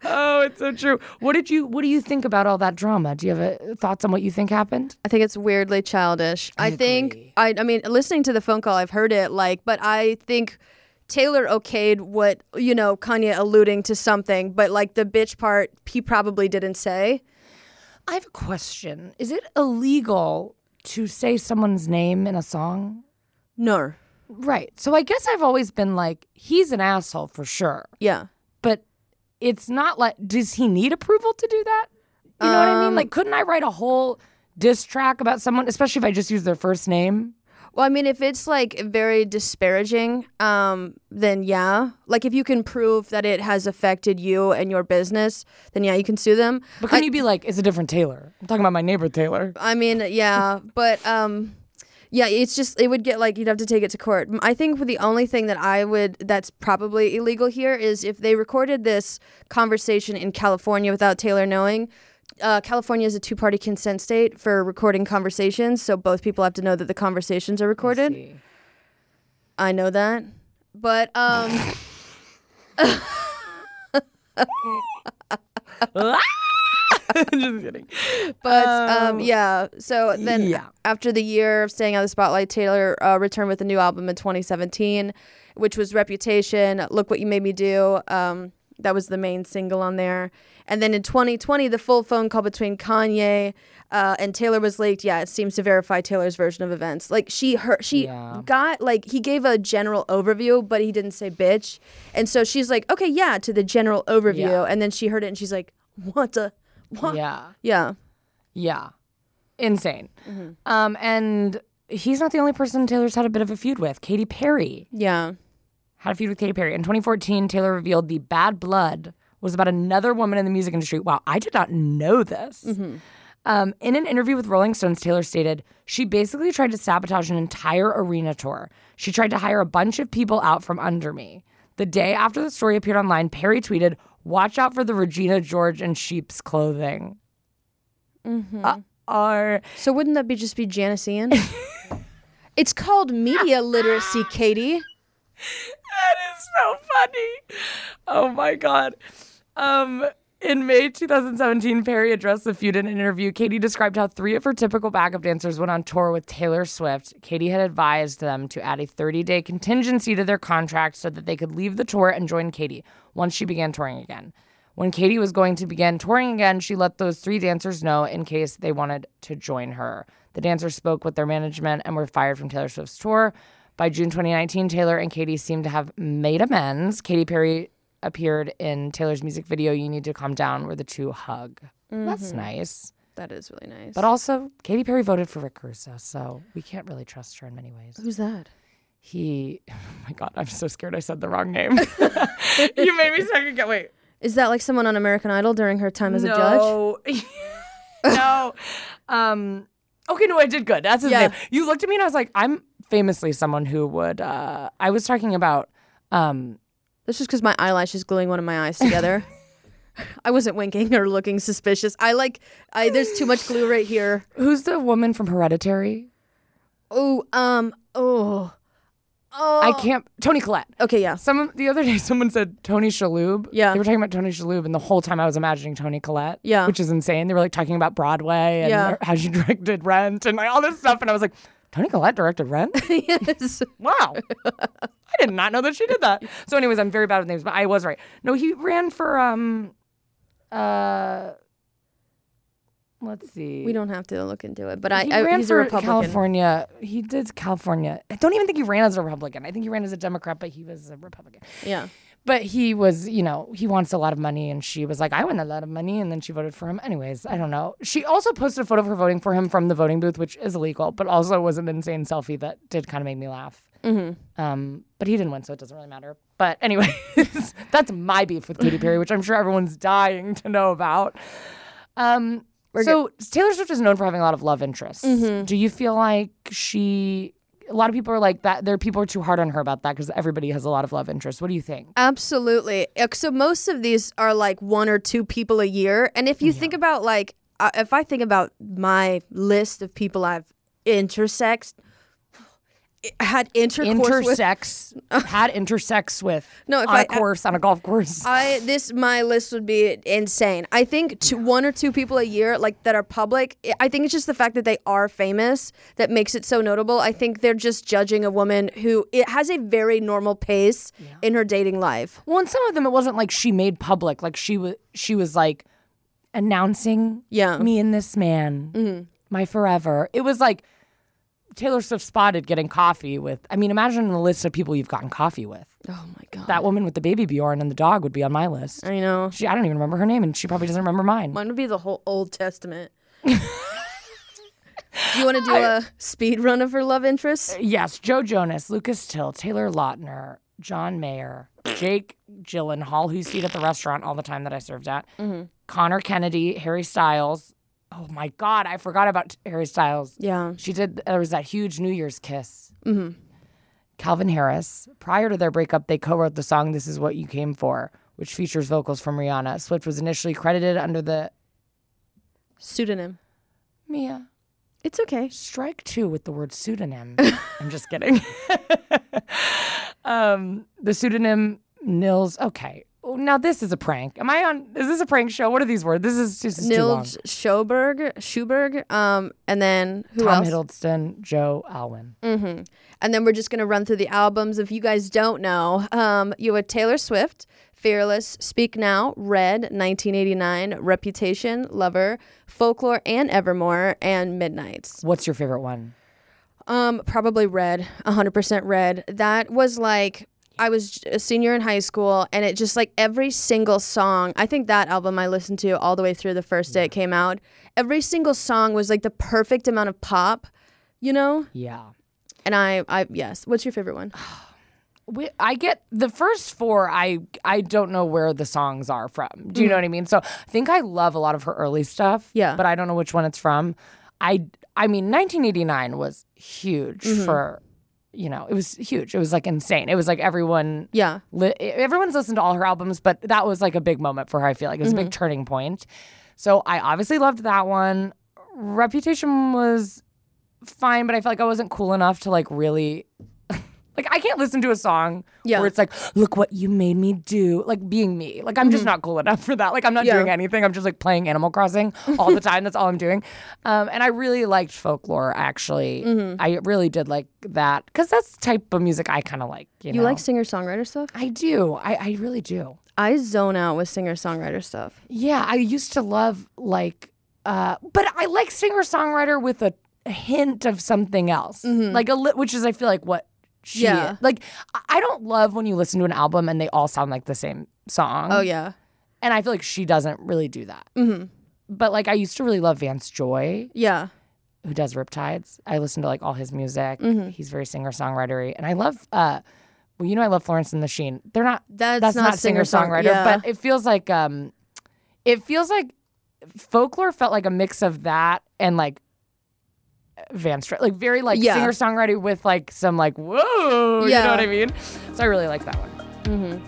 Oh, it's so true. What did you What do you think about all that drama? Do you have uh thoughts on what you think happened? I think it's weirdly childish. I, think agree. I I mean listening to the phone call I've heard it like but I think Taylor okayed what you know Kanye alluding to something but like the bitch part he probably didn't say. I have a question. Is it illegal to say someone's name in a song? No. Right. So I guess I've always been like, he's an asshole for sure. Yeah. But it's not like, does he need approval to do that? You know what I mean? Like, couldn't I write a whole diss track about someone, especially if I just use their first name? Well, I mean if it's like very disparaging um then yeah. Like if you can prove that it has affected you and your business then yeah you can sue them. But couldn't you be like, it's a different Taylor? I'm talking about my neighbor Taylor. I mean, yeah, but um, yeah, it's just it would get like you'd have to take it to court. M- I think the only thing that I would that's probably illegal here is if they recorded this conversation in California without Taylor knowing. Uh, California is a two-party consent state for recording conversations, so both people have to know that the conversations are recorded. I, know that, but um, just kidding. but um, yeah. So then, yeah. after the year of staying out of the spotlight, Taylor uh, returned with a new album in 2017, which was Reputation. Look what you made me do. Um, that was the main single on there. And then in 2020, the full phone call between Kanye uh, and Taylor was leaked. Yeah, it seems to verify Taylor's version of events. Like she, her, she Yeah. got like he gave a general overview, but he didn't say bitch. And so she's like, okay, yeah, to the general overview. Yeah. And then she heard it and she's like, what the, what? Yeah. yeah. Yeah. Insane. Um, and he's not the only person Taylor's had a bit of a feud with. Katy Perry Yeah. had a feud with Katy Perry. In 2014, Taylor revealed the bad blood was about another woman in the music industry. Wow, I did not know this. Um, in an interview with Rolling Stones, Taylor stated she basically tried to sabotage an entire arena tour. She tried to hire a bunch of people out from under me. The day after the story appeared online, Perry tweeted, Watch out for the Regina George in sheep's clothing. Mm-hmm. are So wouldn't that be just be Janice Ian? it's called media literacy, Katie. That is so funny. Oh my god. Um in May 2017, Perry addressed the feud in an interview. Katie described how three of her typical backup dancers went on tour with Taylor Swift. Katie had advised them to add a 30 day contingency to their contract so that they could leave the tour and join Katie once she began touring again. When Katie was going to begin touring again, she let those three dancers know in case they wanted to join her. The dancers spoke with their management and were fired from Taylor Swift's tour. By June 2019, Taylor and Katie seemed to have made amends. Katy Perry appeared in Taylor's music video, You Need to Calm Down, where the two hug. That's nice. That is really nice. But also, Katy Perry voted for Rick Caruso, so we can't really trust her in many ways. who's that? He, oh my God, I'm so scared I said the wrong name. you made me second guess. Wait, Is that like someone on American Idol during her time as a judge? judge? no. Um, okay, no, I did good. That's his Yeah. name. You looked at me and I was like, I'm famously someone who would. Uh, I was talking about. Um, That's just because my eyelash is gluing one of my eyes together. I wasn't winking or looking suspicious. I like, I there's too much glue right here. who's the woman from Hereditary? Oh, um, oh, oh. I can't. Tony Collette. Okay, yeah. Some the other day, someone said Tony Shalhoub. Yeah. they were talking about Tony Shalhoub, and the whole time I was imagining Tony Collette. Yeah. which is insane. They were like talking about Broadway and Yeah. how she directed Rent and like all this stuff, and I was like, Tony Collette directed Rent. yes. Wow. I did not know that she did that. So, anyways, I'm very bad with names, but I was right. No, he ran for um uh let's see. We don't have to look into it, but I, he I ran he's a for Republican. California. He did California. I don't even think he ran as a Republican. I think he ran as a Democrat, but he was a Republican. Yeah. But he was, you know, he wants a lot of money, and she was like, I want a lot of money, and then she voted for him. Anyways, I don't know. She also posted a photo of her voting for him from the voting booth, which is illegal, but also was an insane selfie that did kind of make me laugh. Um, but he didn't win, so it doesn't really matter. But anyways, that's my beef with Katy Perry, which I'm sure everyone's dying to know about. Um, so Taylor Swift is known for having a lot of love interests. Do you feel like she? A lot of people are like that. There are people who are too hard on her about that because everybody has a lot of love interests. What do you think? Absolutely. Uh, So most of these are like one or two people a year, and if you think about like, uh, if I think about my list of people I've intersexed, had intercourse with, Intersex had intersex with No, if on a I- uh, course on a golf course. I this my list would be insane. I think two, one or two people a year like that are public. I- I think it's just the fact that they are famous that makes it so notable. I think they're just judging a woman who it has a very normal pace in her dating life. well, and some of them it wasn't like she made public. Like she was, she was like announcing Yeah. Mm-hmm. me and this man, my forever. It was like Taylor Swift spotted getting coffee with. I mean, imagine the list of people you've gotten coffee with. Oh my god. That woman with the baby Bjorn and the dog would be on my list. I know. She, I don't even remember her name, and she probably doesn't remember mine. Mine would be the whole Old Testament. do you want to do a speed run of her love interest? Yes, Joe Jonas, Lucas Till, Taylor Lautner, John Mayer, Jake Gyllenhaal, who used to eat at the restaurant all the time that I served at, Connor Kennedy, Harry Styles. Oh my God, I forgot about Harry Styles. Yeah. She did, there was that huge New Year's kiss. Mm-hmm. Calvin Harris. Prior to their breakup, they co wrote the song This Is What You Came For, which features vocals from Rihanna. Swift was initially credited under the Pseudonym. Mia. It's okay. strike two with the word pseudonym. I'm just kidding. um, the pseudonym Nils. Okay, Oh, now this is a prank. Am I on? Is this a prank show? What are these words? This is this is too long. Nils Schoberg, Schuberg, um, and then who Tom else? Mm. Hiddleston, Joe Alwyn. And then we're just going to run through the albums. If you guys don't know, um, you had Taylor Swift, Fearless, Speak Now, Red, 1989, Reputation, Lover, Folklore, and Evermore, and Midnights. What's your favorite one? Um, probably Red, 100% Red. That was like. I was j- a senior in high school, and it just like every single song. I think that album I listened to all the way through the first day it came out. Every single song was like the perfect amount of pop, you know. Yeah. And I, I yes. What's your favorite one? We, I get the first four. I I don't know where the songs are from. Do you know what I mean? So I think I love a lot of her early stuff. Yeah. but I don't know which one it's from. I I mean, 1989 was huge for, you know, it was huge. It was like insane. It was like everyone. Yeah. Li- everyone's listened to all her albums, but that was like a big moment for her. I feel like it was Mm-hmm. a big turning point. So I obviously loved that one. Reputation was fine, but I felt like I wasn't cool enough to like really. Like I can't listen to a song Yeah. where it's like, "Look what you made me do," like being me. Like I'm just not cool enough for that. Like I'm not Mm-hmm. Yeah. doing anything. I'm just like playing Animal Crossing all the time. That's all I'm doing. Um, and I really liked folklore. Actually, Mm-hmm. I really did like that because that's the type of music I kind of like. You, You know? like singer songwriter stuff? I do. I, I really do. I zone out with singer songwriter stuff. Yeah, I used to love like uh but I like singer songwriter with a hint of something else. Like a li- which is I feel like what she Mm-hmm. Yeah. like I- I don't love when you listen to an album and they all sound like the same song. Oh yeah, And I feel like she doesn't really do that. hmm But like I used to really love Vance Joy, yeah. who does Riptides. I listen to like all his music. Mhm. He's very singer songwritery. And I love uh well, you know I love Florence and the Machine. They're not That's, that's, not, not, singer songwriter, but it feels like um, it feels like folklore felt like a mix of that and like Van Stra- like very like Yeah. singer songwriter with like some like whoa, you Yeah. know what I mean? So I really like that one.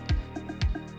hmm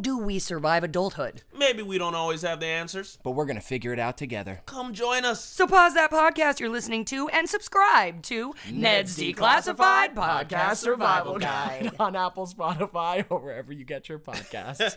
do we survive adulthood? Maybe we don't always have the answers. But we're gonna figure it out together. Come join us. So pause that podcast you're listening to and subscribe to Ned's Declassified Podcast Survival Guide. on Apple, Spotify, or wherever you get your podcasts.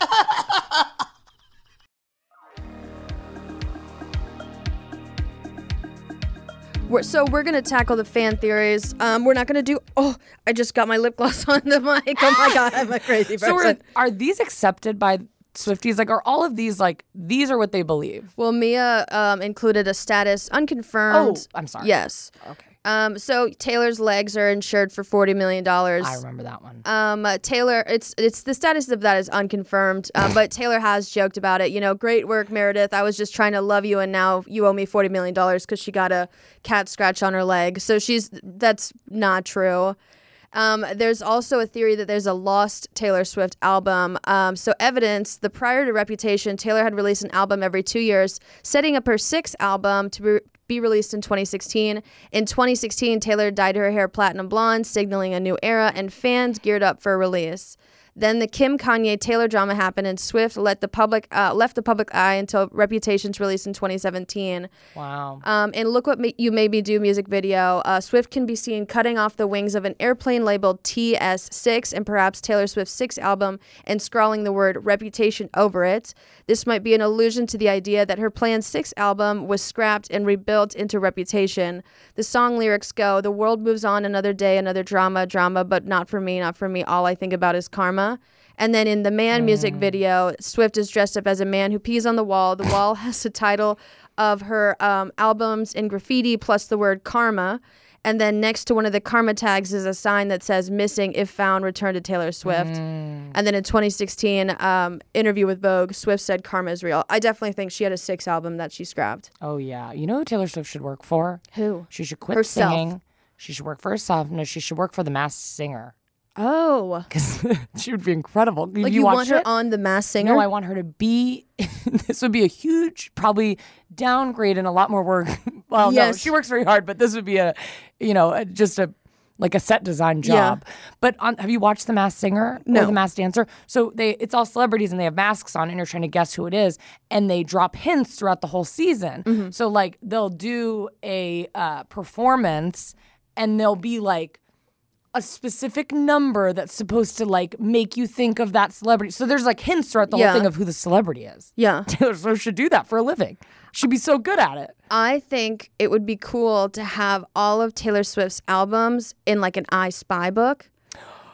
We're, so we're gonna tackle the fan theories. Um, we're not gonna do. Oh, I just got my lip gloss on the mic. Oh my god, I'm a crazy person. So are, are these accepted by Swifties? Like, are all of these like these are what they believe? well, Mia um, included a status unconfirmed. Oh, I'm sorry. Yes. Okay, Um, so Taylor's legs are insured for forty million dollars. I remember that one. Um, uh, Taylor, it's it's the status of that is unconfirmed, um, but Taylor has joked about it. You know, great work, Meredith. I was just trying to love you, and now you owe me forty million dollars because she got a cat scratch on her leg. So she's that's not true. Um, there's also a theory that there's a lost Taylor Swift album. Um, so evidence, the prior to Reputation, Taylor had released an album every two years, setting up her sixth album to be. Be released in 2016. In 2016, Taylor dyed her hair platinum blonde, signaling a new era, and fans geared up for a release. Then the Kim Kanye Taylor drama happened, and Swift let the public uh, left the public eye until Reputation's release in 2017. wow. Um, and look what Ma- you made me do music video. Uh, Swift can be seen cutting off the wings of an airplane labeled TS6 and perhaps Taylor Swift's sixth album and scrawling the word reputation over it. This might be an allusion to the idea that her planned sixth album was scrapped and rebuilt into reputation. The song lyrics go The world moves on another day, another drama, drama, but not for me, not for me. All I think about is karma. And then in the man music video, Swift is dressed up as a man who pees on the wall. The wall has the title of her um, albums in graffiti plus the word karma. And then next to one of the karma tags is a sign that says missing, if found, return to Taylor Swift. And then in 2016, um, interview with Vogue, Swift said karma is real. I definitely think she had a six album that she scrapped. oh yeah. You know who Taylor Swift should work for? Who? She should quit Herself. singing. She should work for herself. No, she should work for the mass singer. Oh. Because she would be incredible. Like you, want her on The Mass Singer? No, I want her to be. this would be a huge, probably downgrade and a lot more work. well, no, Yes. she works very hard, but this would be a, you know, a, just a like a set design job. But on, have you watched The Masked Singer or No. The Masked Dancer? So they, it's all celebrities and they have masks on, and you're trying to guess who it is, and they drop hints throughout the whole season. Mm-hmm. So like they'll do a uh, performance, and they'll be like a specific number that's supposed to like make you think of that celebrity. So there's like hints throughout the Yeah. whole thing of who the celebrity is. yeah. Taylor Swift should do that for a living. She'd be so good at it. I think it would be cool to have all of Taylor Swift's albums in like an I Spy book.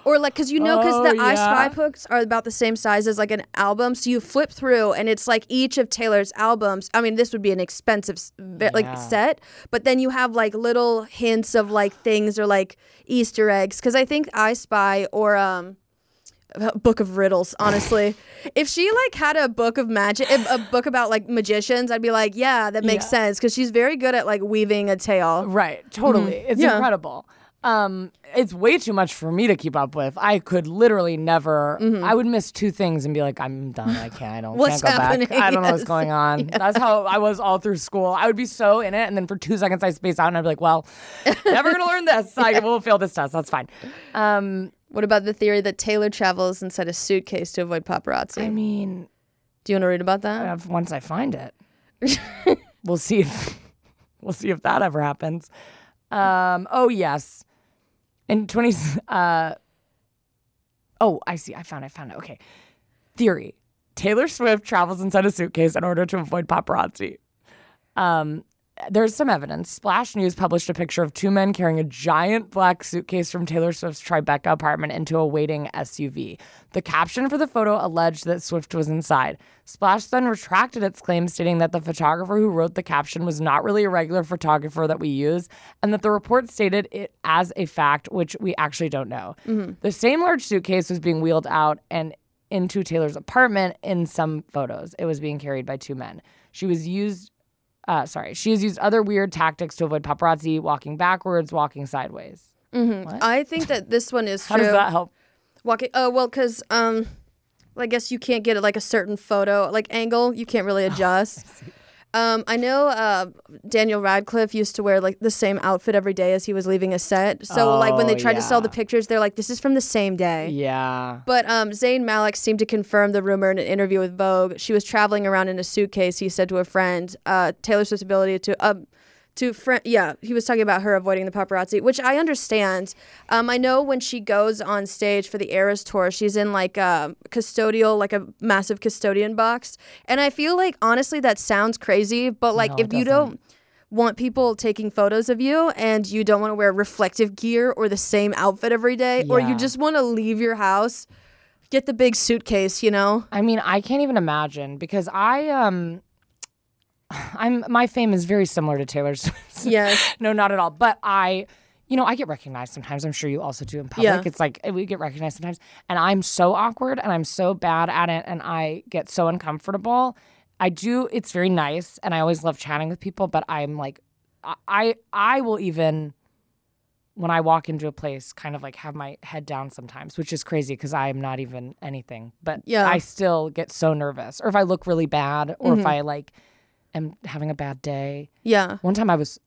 Or like, cause you know, cause Oh, the I Spy yeah. books are about the same size as like an album, so you flip through and it's like each of Taylor's albums. I mean, this would be an expensive s- ve- like set, but then you have like little hints of like things or like Easter eggs. Cause I think I Spy or um, book of riddles honestly if she like had a book of magic a a book about like magicians i'd be like yeah that makes sense because she's very good at like weaving a tale Right. Totally. Mm-hmm. It's Yeah. incredible. Um, it's way too much for me to keep up with. I could literally never. I would miss two things and be like, I'm done. I can't. I don't. Mm-hmm. What's can't go happening? back. I don't know what's Yes. going on. That's how I was all through school. I would be so in it, and then for two seconds I space out, and I'd be like, Well, never gonna learn this. I will fail this test. That's fine. Um, what about the theory that taylor travels inside a suitcase to avoid paparazzi I mean, Uh, do you want to read about that if- once I find it. we'll see if we'll see if that ever happens. Um, oh yes, in twenty. Uh, oh, I see. I found. it, I found it. Okay, theory. Taylor Swift travels inside a suitcase in order to avoid paparazzi. Um, there's some evidence. Splash News published a picture of two men carrying a giant black suitcase from Taylor Swift's Tribeca apartment into a waiting SUV. The caption for the photo alleged that Swift was inside. Splash then retracted its claim, stating that the photographer who wrote the caption was not really a regular photographer that we use, and that the report stated it as a fact, which we actually don't know. The same large suitcase was being wheeled out and into Taylor's apartment in some photos. It was being carried by two men. She was used uh, sorry, she has used other weird tactics to avoid paparazzi, walking backwards, walking sideways. i think that this one is How true does that help? walking oh well because Oh, um i guess you can't get like a certain photo like angle you can't really adjust Um, I know uh, Daniel Radcliffe used to wear like the same outfit every day as he was leaving a set. So like when they Oh, tried to sell the yeah. pictures, they're like, "This is from the same day." Yeah. But um, Zayn Malik seemed to confirm the rumor in an interview with Vogue. She was traveling around in a suitcase. He said to a friend, uh, "Taylor Swift's ability to um, to friend, yeah." He was talking about her avoiding the paparazzi, which I understand. Um, I know when she goes on stage for the Eras tour, she's in like a custodial, like a massive custodian box, and I feel like honestly that sounds crazy, but like if you don't want people taking photos of you and you don't want to wear reflective gear or the same outfit every day or you Yeah. just want to leave your house get the big suitcase you know I mean, I can't even imagine because I um I'm my fame is very similar to Taylor Swift's. Yes. no, not at all. But I you know, I get recognized sometimes. I'm sure you also do in public. Yeah. It's like we get recognized sometimes. And I'm so awkward and I'm so bad at it and I get so uncomfortable. I do it's very nice and I always love chatting with people, but I'm like I I, I will even when I walk into a place, kind of like have my head down sometimes, which is crazy because I am not even anything. But Yeah. Mm-hmm. I still get so nervous. Or if I look really bad, or if I like am having a bad day. yeah One time I was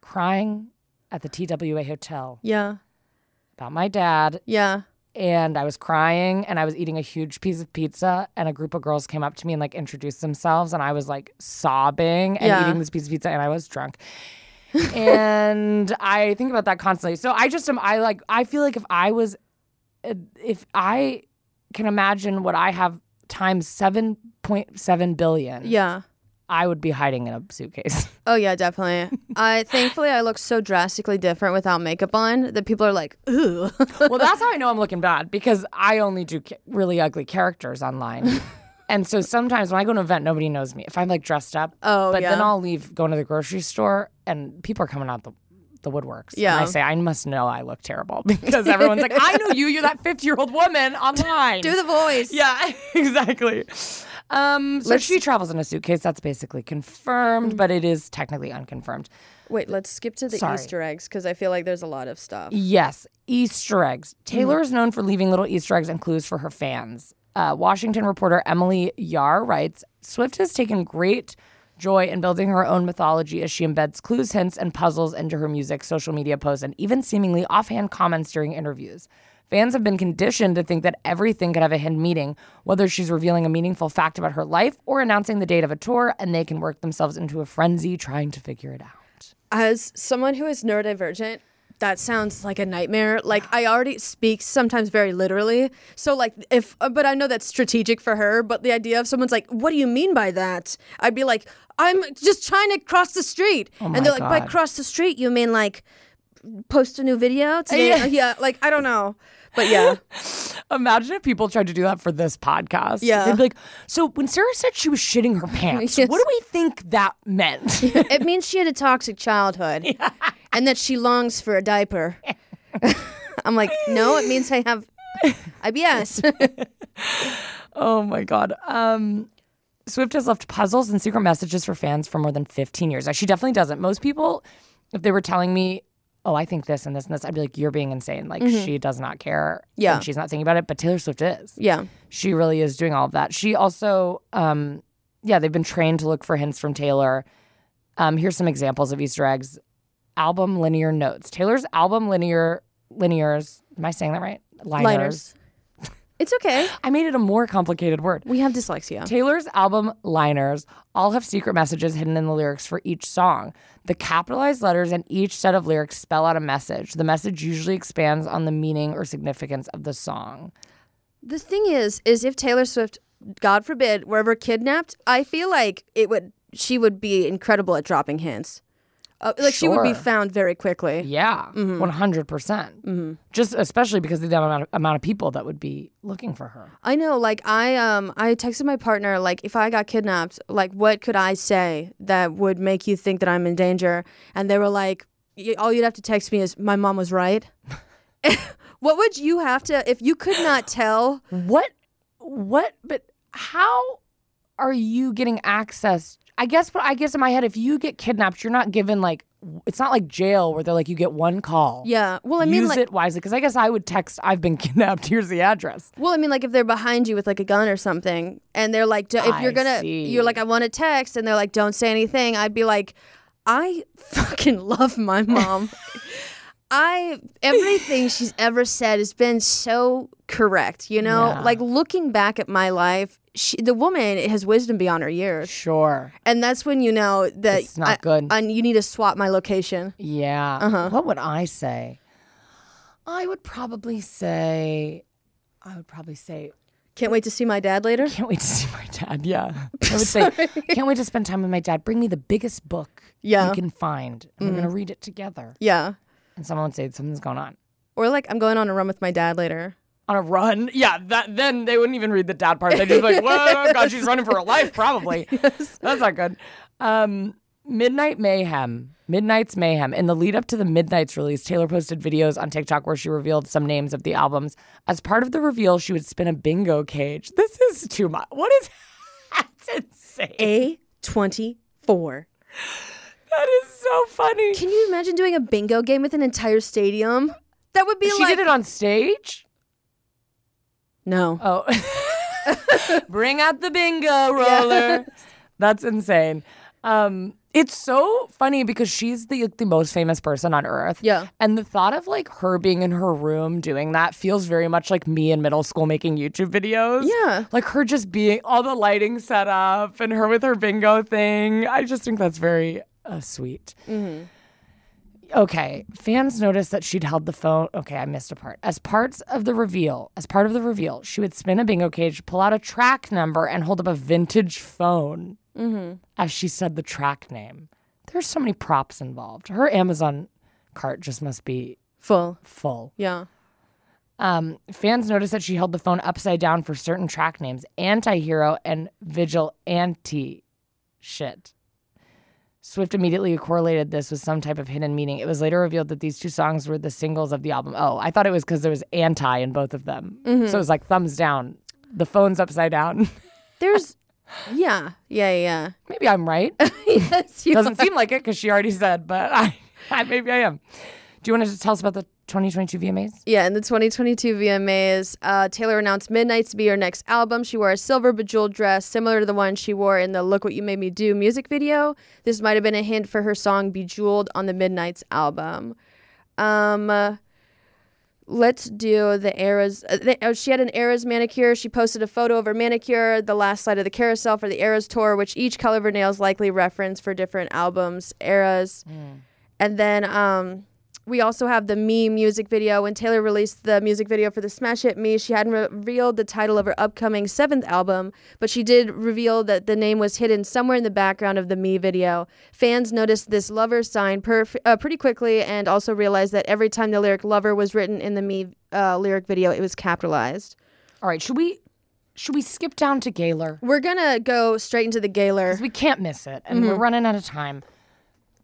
crying at the TWA hotel yeah about my dad, yeah and I was crying, and I was eating a huge piece of pizza, and a group of girls came up to me and like introduced themselves, and I was like sobbing and Yeah. eating this piece of pizza, and I was drunk. and I think about that constantly. So I just am. I like. I feel like if I was, uh, if I can imagine what I have times seven point seven billion, yeah I would be hiding in a suitcase. oh yeah definitely i thankfully i look so drastically different without makeup on that people are like ooh well, that's how I know I'm looking bad because I only do ca- really ugly characters online. And so sometimes when I go to an event, nobody knows me. If I'm like dressed up, Oh, but then yeah. I'll leave, go into the grocery store, and people are coming out the the woodworks. Yeah. And I say, I must know I look terrible because everyone's like, I know you. You're that 50 year old woman online. do the voice Yeah, exactly. Um, so she travels in a suitcase. That's basically Mm-hmm. confirmed, but it is technically unconfirmed. wait let's skip to the Sorry. easter eggs because i feel like there's a lot of stuff Yes, Easter eggs. Taylor is known for leaving little Easter eggs and clues for her fans. Uh, Washington reporter Emily Yar writes Swift has taken great joy in building her own mythology as she embeds clues, hints, and puzzles into her music, social media posts, and even seemingly offhand comments during interviews. Fans have been conditioned to think that everything could have a hidden meaning, whether she's revealing a meaningful fact about her life or announcing the date of a tour, and they can work themselves into a frenzy trying to figure it out. as someone who is neurodivergent that sounds like a nightmare like i already speak sometimes very literally so like if uh, but i know that's strategic for her but the idea of someone's like what do you mean by that i'd be like i'm just trying to cross the street and they're like by God. cross the street you mean like post a new video today yeah, like i don't know but yeah Imagine if people tried to do that for this podcast. Yeah. They'd be like, so when Sarah said she was shitting her pants, Yes. what do we think that meant? it means she had a toxic childhood and that she longs for a diaper i'm like no it means i have ibs oh my God. Um, Swift has left puzzles and secret messages for fans for more than 15 years. Now, She definitely doesn't. Most people, if they were telling me, oh, I think this and this and this, I'd be like, you're being insane. Like, she does not care. Mm-hmm. Yeah. And she's not thinking about it, but Taylor Swift is. yeah she really is doing all of that. She also, um, yeah, they've been trained to look for hints from Taylor. Um, here's some examples of Easter eggs: album linear notes. Taylor's album linear linears. Am I saying that right? Liners. It's okay. I made it a more complicated word. We have dyslexia. Taylor's album liners all have secret messages hidden in the lyrics for each song. The capitalized letters in each set of lyrics spell out a message. The message usually expands on the meaning or significance of the song. The thing is, is if Taylor Swift, God forbid, were ever kidnapped, I feel like it would she would be incredible at dropping hints. Uh, like she would be Sure. found very quickly. Yeah, Mm-hmm. one hundred percent. Just especially because of the amount of, amount of people that would be looking for her. I know. Like I um I texted my partner like if I got kidnapped, like what could I say that would make you think that I'm in danger? And they were like, y- all you'd have to text me is my mom was right. what would you have to if you could not tell? What? What? But how are you getting access? I guess what I guess in my head, if you get kidnapped, you're not given like w- it's not like jail where they're like you get one call. Yeah. Well, I mean, Use like, it wisely because I guess I would text, "I've been kidnapped. Here's the address." well, I mean, like if they're behind you with like a gun or something, and they're like, "Do- if I you're gonna, see. you're like, I want to text, and they're like, don't say anything. I'd be like, I fucking love my mom. I everything she's ever said has been so correct. You know, Yeah. like looking back at my life, she, the woman has wisdom beyond her years, Sure. and that's when you know that It's not I- good. I, you need to swap my location. Yeah. Uh-huh. What would I say? I would probably say, I would probably say, Can't wait to see my dad later. can't wait to see my dad. Yeah. I would say, can't wait to spend time with my dad. Bring me the biggest book Yeah. you can find, and we're going to read it together. Yeah. And someone would say, something's going on. Or like I'm going on a run with my dad later. On a run, yeah. That then they wouldn't even read the dad part. They'd just be like, "Whoa, oh, God, she's running for her life, probably." That's not good. Um, Midnight Mayhem. Midnight's Mayhem. In the lead up to the Midnight's release, Taylor posted videos on TikTok where she revealed some names of the albums. As part of the reveal, she would spin a bingo cage. This is too much. What is that's insane? A twenty four. That is so funny. Can you imagine doing a bingo game with an entire stadium? That would be she like did it on stage. No. Oh. Bring out the bingo roller. That's insane. Um, it's so funny because she's the the most famous person on earth. Yeah. And the thought of like her being in her room doing that feels very much like me in middle school making YouTube videos. Yeah. Like her just being all the lighting set up and her with her bingo thing. I just think that's very uh, sweet. Okay, fans noticed that she'd held the phone. Okay, I missed a part. As parts of the reveal, as part of the reveal, she would spin a bingo cage, pull out a track number, and hold up a vintage phone as she said the track name. There's so many props involved. Her Amazon cart just must be Full. full. Yeah. Um, fans noticed that she held the phone upside down for certain track names Anti-Hero and Vigil Anti Shit. Swift immediately correlated this with some type of hidden meaning. It was later revealed that these two songs were the singles of the album. Oh, I thought it was because there was anti in both of them. So it was like thumbs down, the phone's upside down. There's Yeah. Yeah, yeah. Maybe I'm right. yes, you Doesn't seem like it because she already said, but I, I maybe I am. Do you want to tell us about the 2022 VMAs? Yeah, in the 2022 VMAs, uh, Taylor announced Midnight to be her next album. She wore a silver bejeweled dress similar to the one she wore in the Look What You Made Me Do music video. This might have been a hint for her song Bejeweled on the Midnight's album. Um, uh, let's do the Eras. Uh, the, oh, she had an Eras manicure. She posted a photo of her manicure, the last slide of the carousel for the Eras tour, which each color of her nails likely referenced for different albums, Eras. And then um, we also have the Me music video. When Taylor released the music video for the Smash Hit Me, she hadn't revealed the title of her upcoming seventh album, but she did reveal that the name was hidden somewhere in the background of the Me video. Fans noticed this lover sign perf- uh, pretty quickly and also realized that every time the lyric lover was written in the Me uh, lyric video, it was capitalized. All right, should we should we skip down to Gaylor? We're gonna go straight into the Gaylor. 'Cause we can't miss it, and we're running out of time.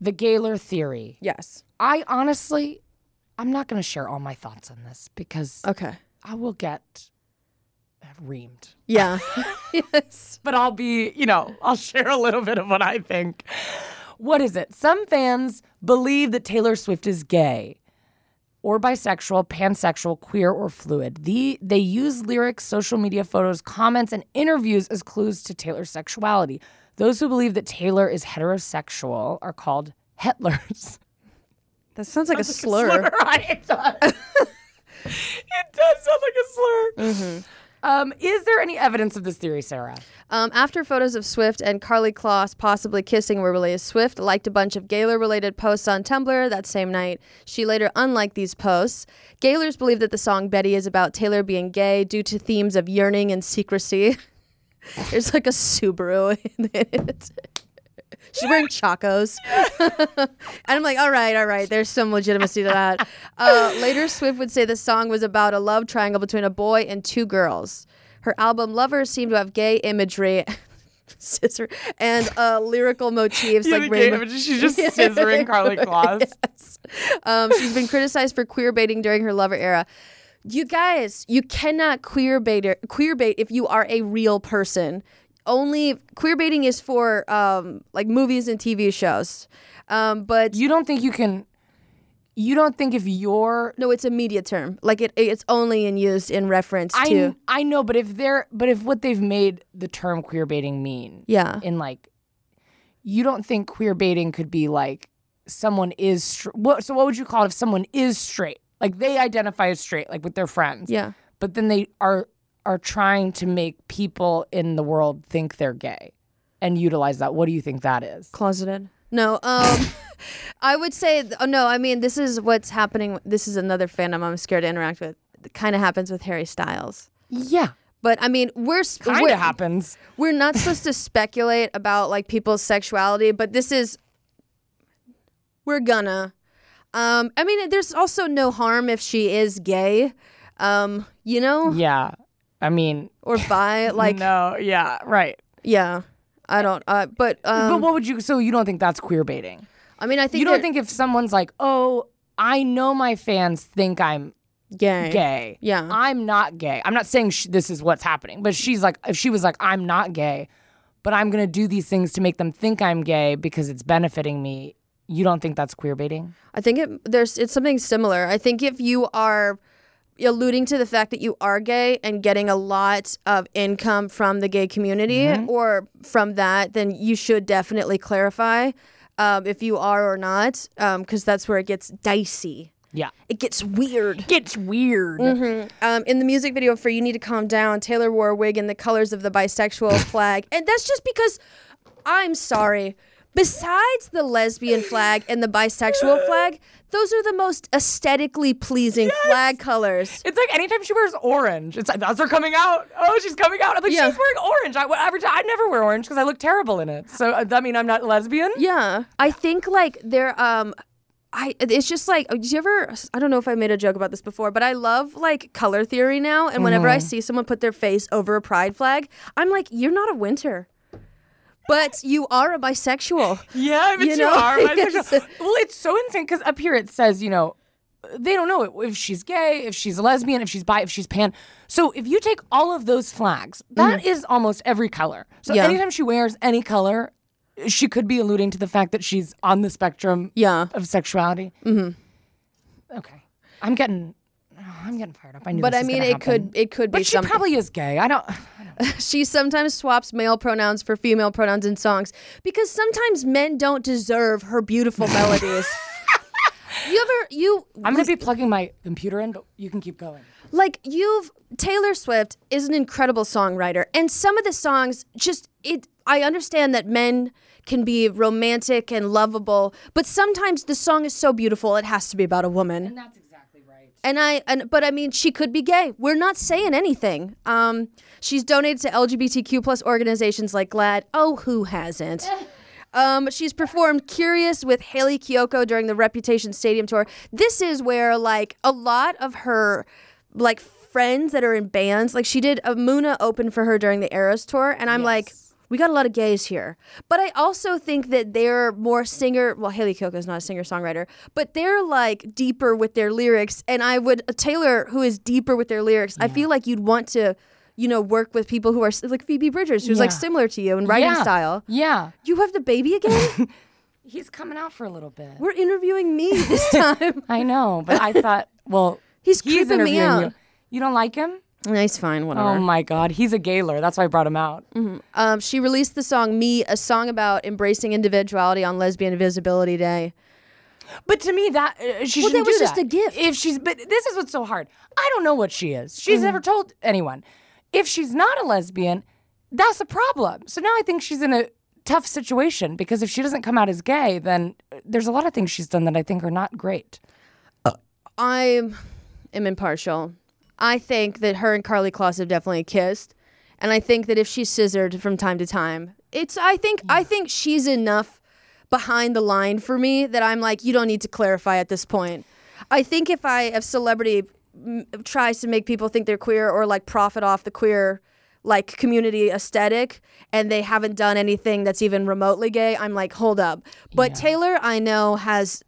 The Gaylor theory. Yes. I honestly, I'm not going to share all my thoughts on this because Okay. I will get reamed. Yeah. yes. but I'll be, you know, I'll share a little bit of what I think. What is it? Some fans believe that Taylor Swift is gay or bisexual, pansexual, queer, or fluid. The, they use lyrics, social media photos, comments, and interviews as clues to Taylor's sexuality. Those who believe that Taylor is heterosexual are called hetlers. That sounds like a slur. it does. it does sound like a slur. Um, is there any evidence of this theory, Sarah? Um, after photos of Swift and Carly Kloss possibly kissing were released, Swift liked a bunch of Gaylor related posts on Tumblr that same night. She later unliked these posts. Gaylors believe that the song Betty is about Taylor being gay due to themes of yearning and secrecy. There's like a Subaru in it. She's wearing chacos. and I'm like, all right, all right, there's some legitimacy to that. Uh, later, Swift would say the song was about a love triangle between a boy and two girls. Her album Lovers seemed to have gay imagery. Scissor and uh, lyrical motifs like rainbow- she's just scissoring Carly Claus. um, she's been criticized for queer baiting during her lover era. You guys, you cannot queer bait queer bait if you are a real person. only queer baiting is for um, like movies and TV shows. Um, but You don't think you can. You don't think if you're no, it's a media term. Like it, it's only in used in reference I, to. kn- I know, but if they're but if what they've made the term queer baiting mean, Yeah. in like, you don't think queer baiting could be like someone is str- what? So what would you call it if someone is straight? Like they identify as straight, like with their friends. Yeah. but then they are are trying to make people in the world think they're gay and utilize that. What do you think that is? closeted no um i would say oh no i mean this is what's happening this is another fandom i'm scared to interact with it kind of happens with harry styles Yeah, but i mean we're sp- kind we're, of happens. we're not supposed to speculate about like people's sexuality but this is we're gonna um i mean there's also no harm if she is gay um you know Yeah, I mean, or bi like no, yeah, right. yeah i don't uh but um but what would you? So you don't think that's queer baiting? i mean i think you don't they're think if someone's like, oh, I know my fans think I'm gay. Yeah. I'm not gay. I'm not saying sh- this is what's happening, but she's like, if she was like, I'm not gay, but I'm going to do these things to make them think I'm gay because it's benefiting me, you don't think that's queer baiting? I think it there's it's something similar. I think if you are alluding to the fact that you are gay and getting a lot of income from the gay community Mm-hmm. or from that, then you should definitely clarify um, if you are or not, because that's where it gets dicey. Yeah. It gets weird. Gets weird. Um, in the music video for "You Need to Calm Down," Taylor wore a wig in the colors of the bisexual flag, and that's just because I'm sorry. Besides the lesbian flag and the bisexual flag, those are the most aesthetically pleasing flag colors. It's like anytime she wears orange, it's like, that's her coming out. Oh, she's coming out. I'm like, Yeah. she's wearing orange. I, whatever, I never wear orange because I look terrible in it. So, uh, that mean I'm not lesbian? Yeah, I think like they're um. I, it's just like, do you ever? I don't know if I made a joke about this before, but I love like color theory now. And whenever I see someone put their face over a pride flag, I'm like, you're not a winter, but you are a bisexual. Yeah, but You you, know? are Yes. bisexual. well, it's so insane because up here it says, you know, they don't know if she's gay, if she's a lesbian, if she's bi, if she's pan. So if you take all of those flags, that is almost every color. So Mm-hmm. Yeah. anytime she wears any color, she could be alluding to the fact that she's on the spectrum Yeah. of sexuality. Mm-hmm. Okay, I'm getting, oh, I'm getting fired up. I knew, But this I was mean, gonna it could happen. it could be But she something. probably is gay. I don't. she sometimes swaps male pronouns for female pronouns in songs because sometimes men don't deserve her beautiful melodies. You ever you I'm gonna be plugging my computer in, but you can keep going. like you've Taylor Swift is an incredible songwriter and some of the songs just it I understand that men can be romantic and lovable but sometimes the song is so beautiful it has to be about a woman. And that's exactly right. And I and but I mean she could be gay. We're not saying anything. Um she's donated to LGBTQ plus organizations like GLAD. Oh who hasn't? Um, she's performed Curious with Haley Kyoko during the Reputation Stadium tour. This is where like a lot of her like friends that are in bands, like she did a Muna open for her during the Eras tour, and I'm like, we got a lot of gays here. But I also think that they're more singer well, Haley Kyoko's not a singer songwriter, but they're like deeper with their lyrics. And I would Taylor, who is deeper with their lyrics, I feel like you'd want to, you know, work with people who are s- like Phoebe Bridgers, who's like Yeah. similar to you in writing Yeah. style. Yeah. You have the baby again? He's coming out for a little bit. We're interviewing me this time. I know, but I thought, well, He's he's creeping me interviewing out. you. You don't like him? Nice, fine, Oh my God, he's a Gaylor. That's why I brought him out. Um, she released the song "Me," a song about embracing individuality on Lesbian Visibility Day. But to me, that uh, she Well, shouldn't that was do just a gift. If she's, but this is what's so hard. I don't know what she is. Mm-hmm. She's never told anyone. If she's not a lesbian, that's a problem. So now I think she's in a tough situation because if she doesn't come out as gay, then uh, there's a lot of things she's done that I think are not great. I am impartial. I think that her and Carly Kloss have definitely kissed, and I think that if she scissored from time to time, it's. I think I think she's enough behind the line for me that I'm like, you don't need to clarify at this point. I think if I if celebrity m- tries to make people think they're queer or like profit off the queer like community aesthetic and they haven't done anything that's even remotely gay, I'm like, hold up. But Taylor, I know has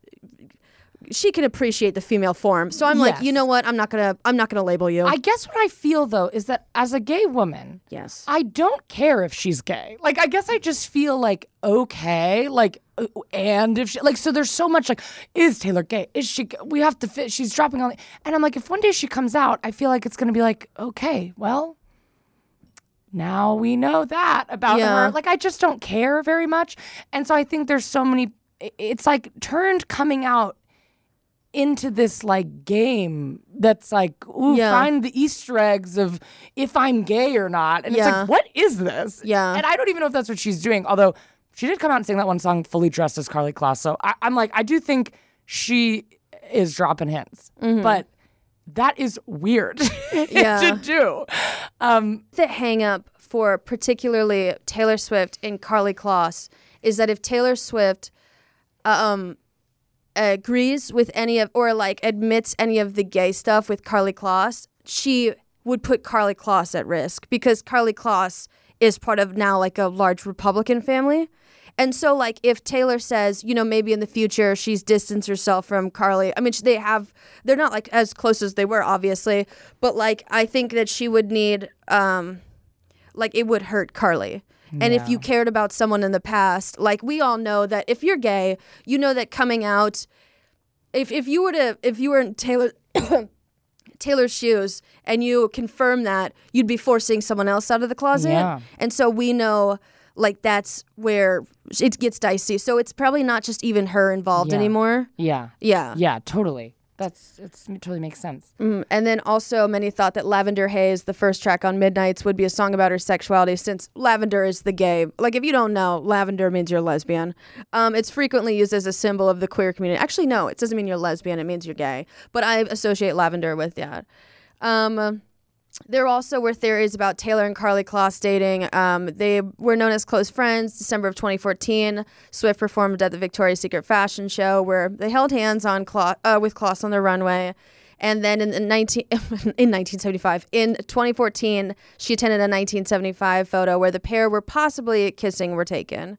she can appreciate the female form. So I'm like, Yes. you know what? I'm not gonna I'm not gonna label you. I guess what I feel though is that as a gay woman, yes. I don't care if she's gay. Like, I guess I just feel like, okay, like, uh, and if she, like, so there's so much like, is Taylor gay? Is she, g- we have to fit, she's dropping all, the, and I'm like, if one day she comes out, I feel like it's gonna be like, okay, well, now we know that about Yeah. her. Like, I just don't care very much. And so I think there's so many, i- it's like turned coming out into this like game that's like, ooh, Yeah. find the Easter eggs of if I'm gay or not. And it's Yeah. like, what is this? Yeah. And I don't even know if that's what she's doing. Although she did come out and sing that one song fully dressed as Carly Kloss. So I, I'm like, I do think she is dropping hints, but that is weird Mm-hmm. Yeah. to do. the hang up for particularly Taylor Swift and Carly Kloss is that if Taylor Swift um agrees with any of or like admits any of the gay stuff with Carly Kloss, she would put Carly Kloss at risk because Carly Kloss is part of now like a large Republican family. And so like if Taylor says, you know, maybe in the future she's distanced herself from Carly. I mean, they have they're not like as close as they were obviously, but like I think that she would need um like it would hurt Carly. And if you cared about someone in the past, like we all know that if you're gay, you know that coming out if if you were to if you were in Taylor Taylor's shoes and you confirm that, you'd be forcing someone else out of the closet. Yeah. And so we know like that's where it gets dicey. So it's probably not just even her involved Yeah. anymore. Yeah. Yeah. Yeah, totally. That's, it's, it totally makes sense. Mm, And then also, many thought that Lavender Haze, the first track on Midnights, would be a song about her sexuality since lavender is the gay. Like, if you don't know, lavender means you're lesbian. Um, it's frequently used as a symbol of the queer community. Actually, no, it doesn't mean you're lesbian, it means you're gay. But I associate lavender with that. Um, there also were theories about Taylor and Carly Kloss dating. Um, they were known as close friends. December of 2014, Swift performed at the Victoria's Secret fashion show where they held hands on Kloss, uh, with Kloss on the runway. And then in, the 19, in 1975, in 2014, she attended a 1975 photo where the pair were possibly kissing were taken.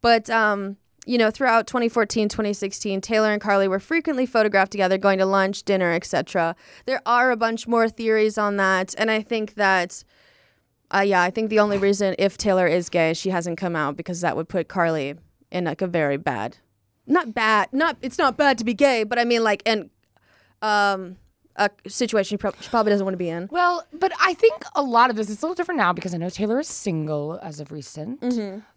But um, you know, throughout 2014, 2016, Taylor and Carly were frequently photographed together going to lunch, dinner, etc. There are a bunch more theories on that, and I think that uh, yeah, I think the only reason if Taylor is gay, she hasn't come out because that would put Carly in like a very bad not bad, not it's not bad to be gay, but I mean like and um a situation she, prob- she probably doesn't want to be in. Well, but I think a lot of this is a little different now because I know Taylor is single as of recent.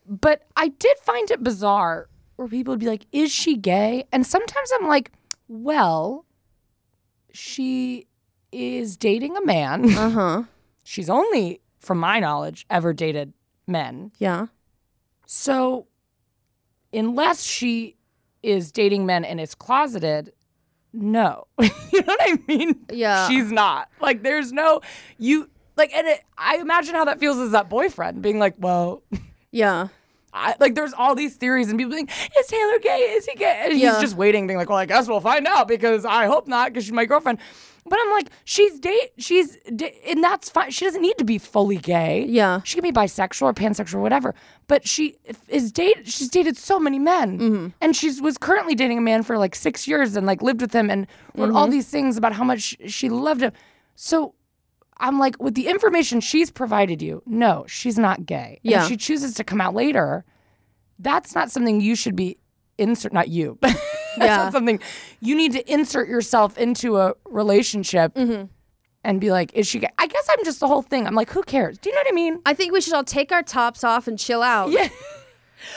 But I did find it bizarre where people would be like, "Is she gay?" And sometimes I'm like, "Well, she is dating a man. Uh-huh. She's only, from my knowledge, ever dated men. Yeah. So, unless she is dating men and is closeted, no. you know what I mean? Yeah. She's not. Like, there's no, you, like, and it, I imagine how that feels as that boyfriend being like, well, Yeah. I, like, there's all these theories and people being, is Taylor gay? Is he gay? And Yeah. he's just waiting, being like, well, I guess we'll find out because I hope not because she's my girlfriend. But I'm like, she's date, she's, da- and that's fine. She doesn't need to be fully gay. Yeah. She can be bisexual or pansexual or whatever, but she is date. She's dated so many men, Mm-hmm. and she was currently dating a man for like six years, and like lived with him, and wrote all Mm-hmm. these things about how much she loved him. So I'm like, with the information she's provided you, no, she's not gay. And Yeah. if she chooses to come out later, that's not something you should be insert. Not you, but that's Yeah. not something you need to insert yourself into a relationship. And be like, is she? Gay? I guess I'm just the whole thing. I'm like, who cares? Do you know what I mean? I think we should all take our tops off and chill out. Yeah.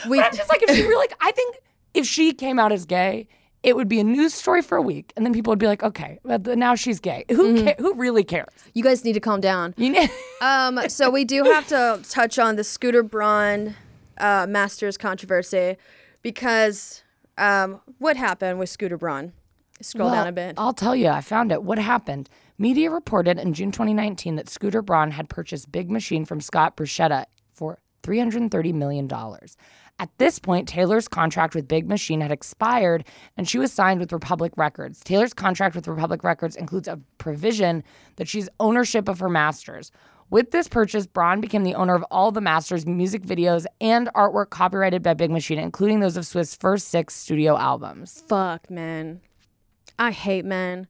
We But I'm just like, if she really, I think if she came out as gay, it would be a news story for a week, and then people would be like, okay, well, th- now she's gay. Who ca- who really cares? You guys need to calm down. You know? Um, so we do have to touch on the Scooter Braun uh, Masters controversy because um, what happened with Scooter Braun? Scroll down Well, oh, a bit. I'll tell you, I found it. What happened? Media reported in June 2019 that Scooter Braun had purchased Big Machine from Scott Bruschetta for $330 million. At this point, Taylor's contract with Big Machine had expired and she was signed with Republic Records. Taylor's contract with Republic Records includes a provision that she's ownership of her masters. With this purchase, Braun became the owner of all the Masters music videos and artwork copyrighted by Big Machine, including those of Swift's first six studio albums. Fuck, man. I hate men.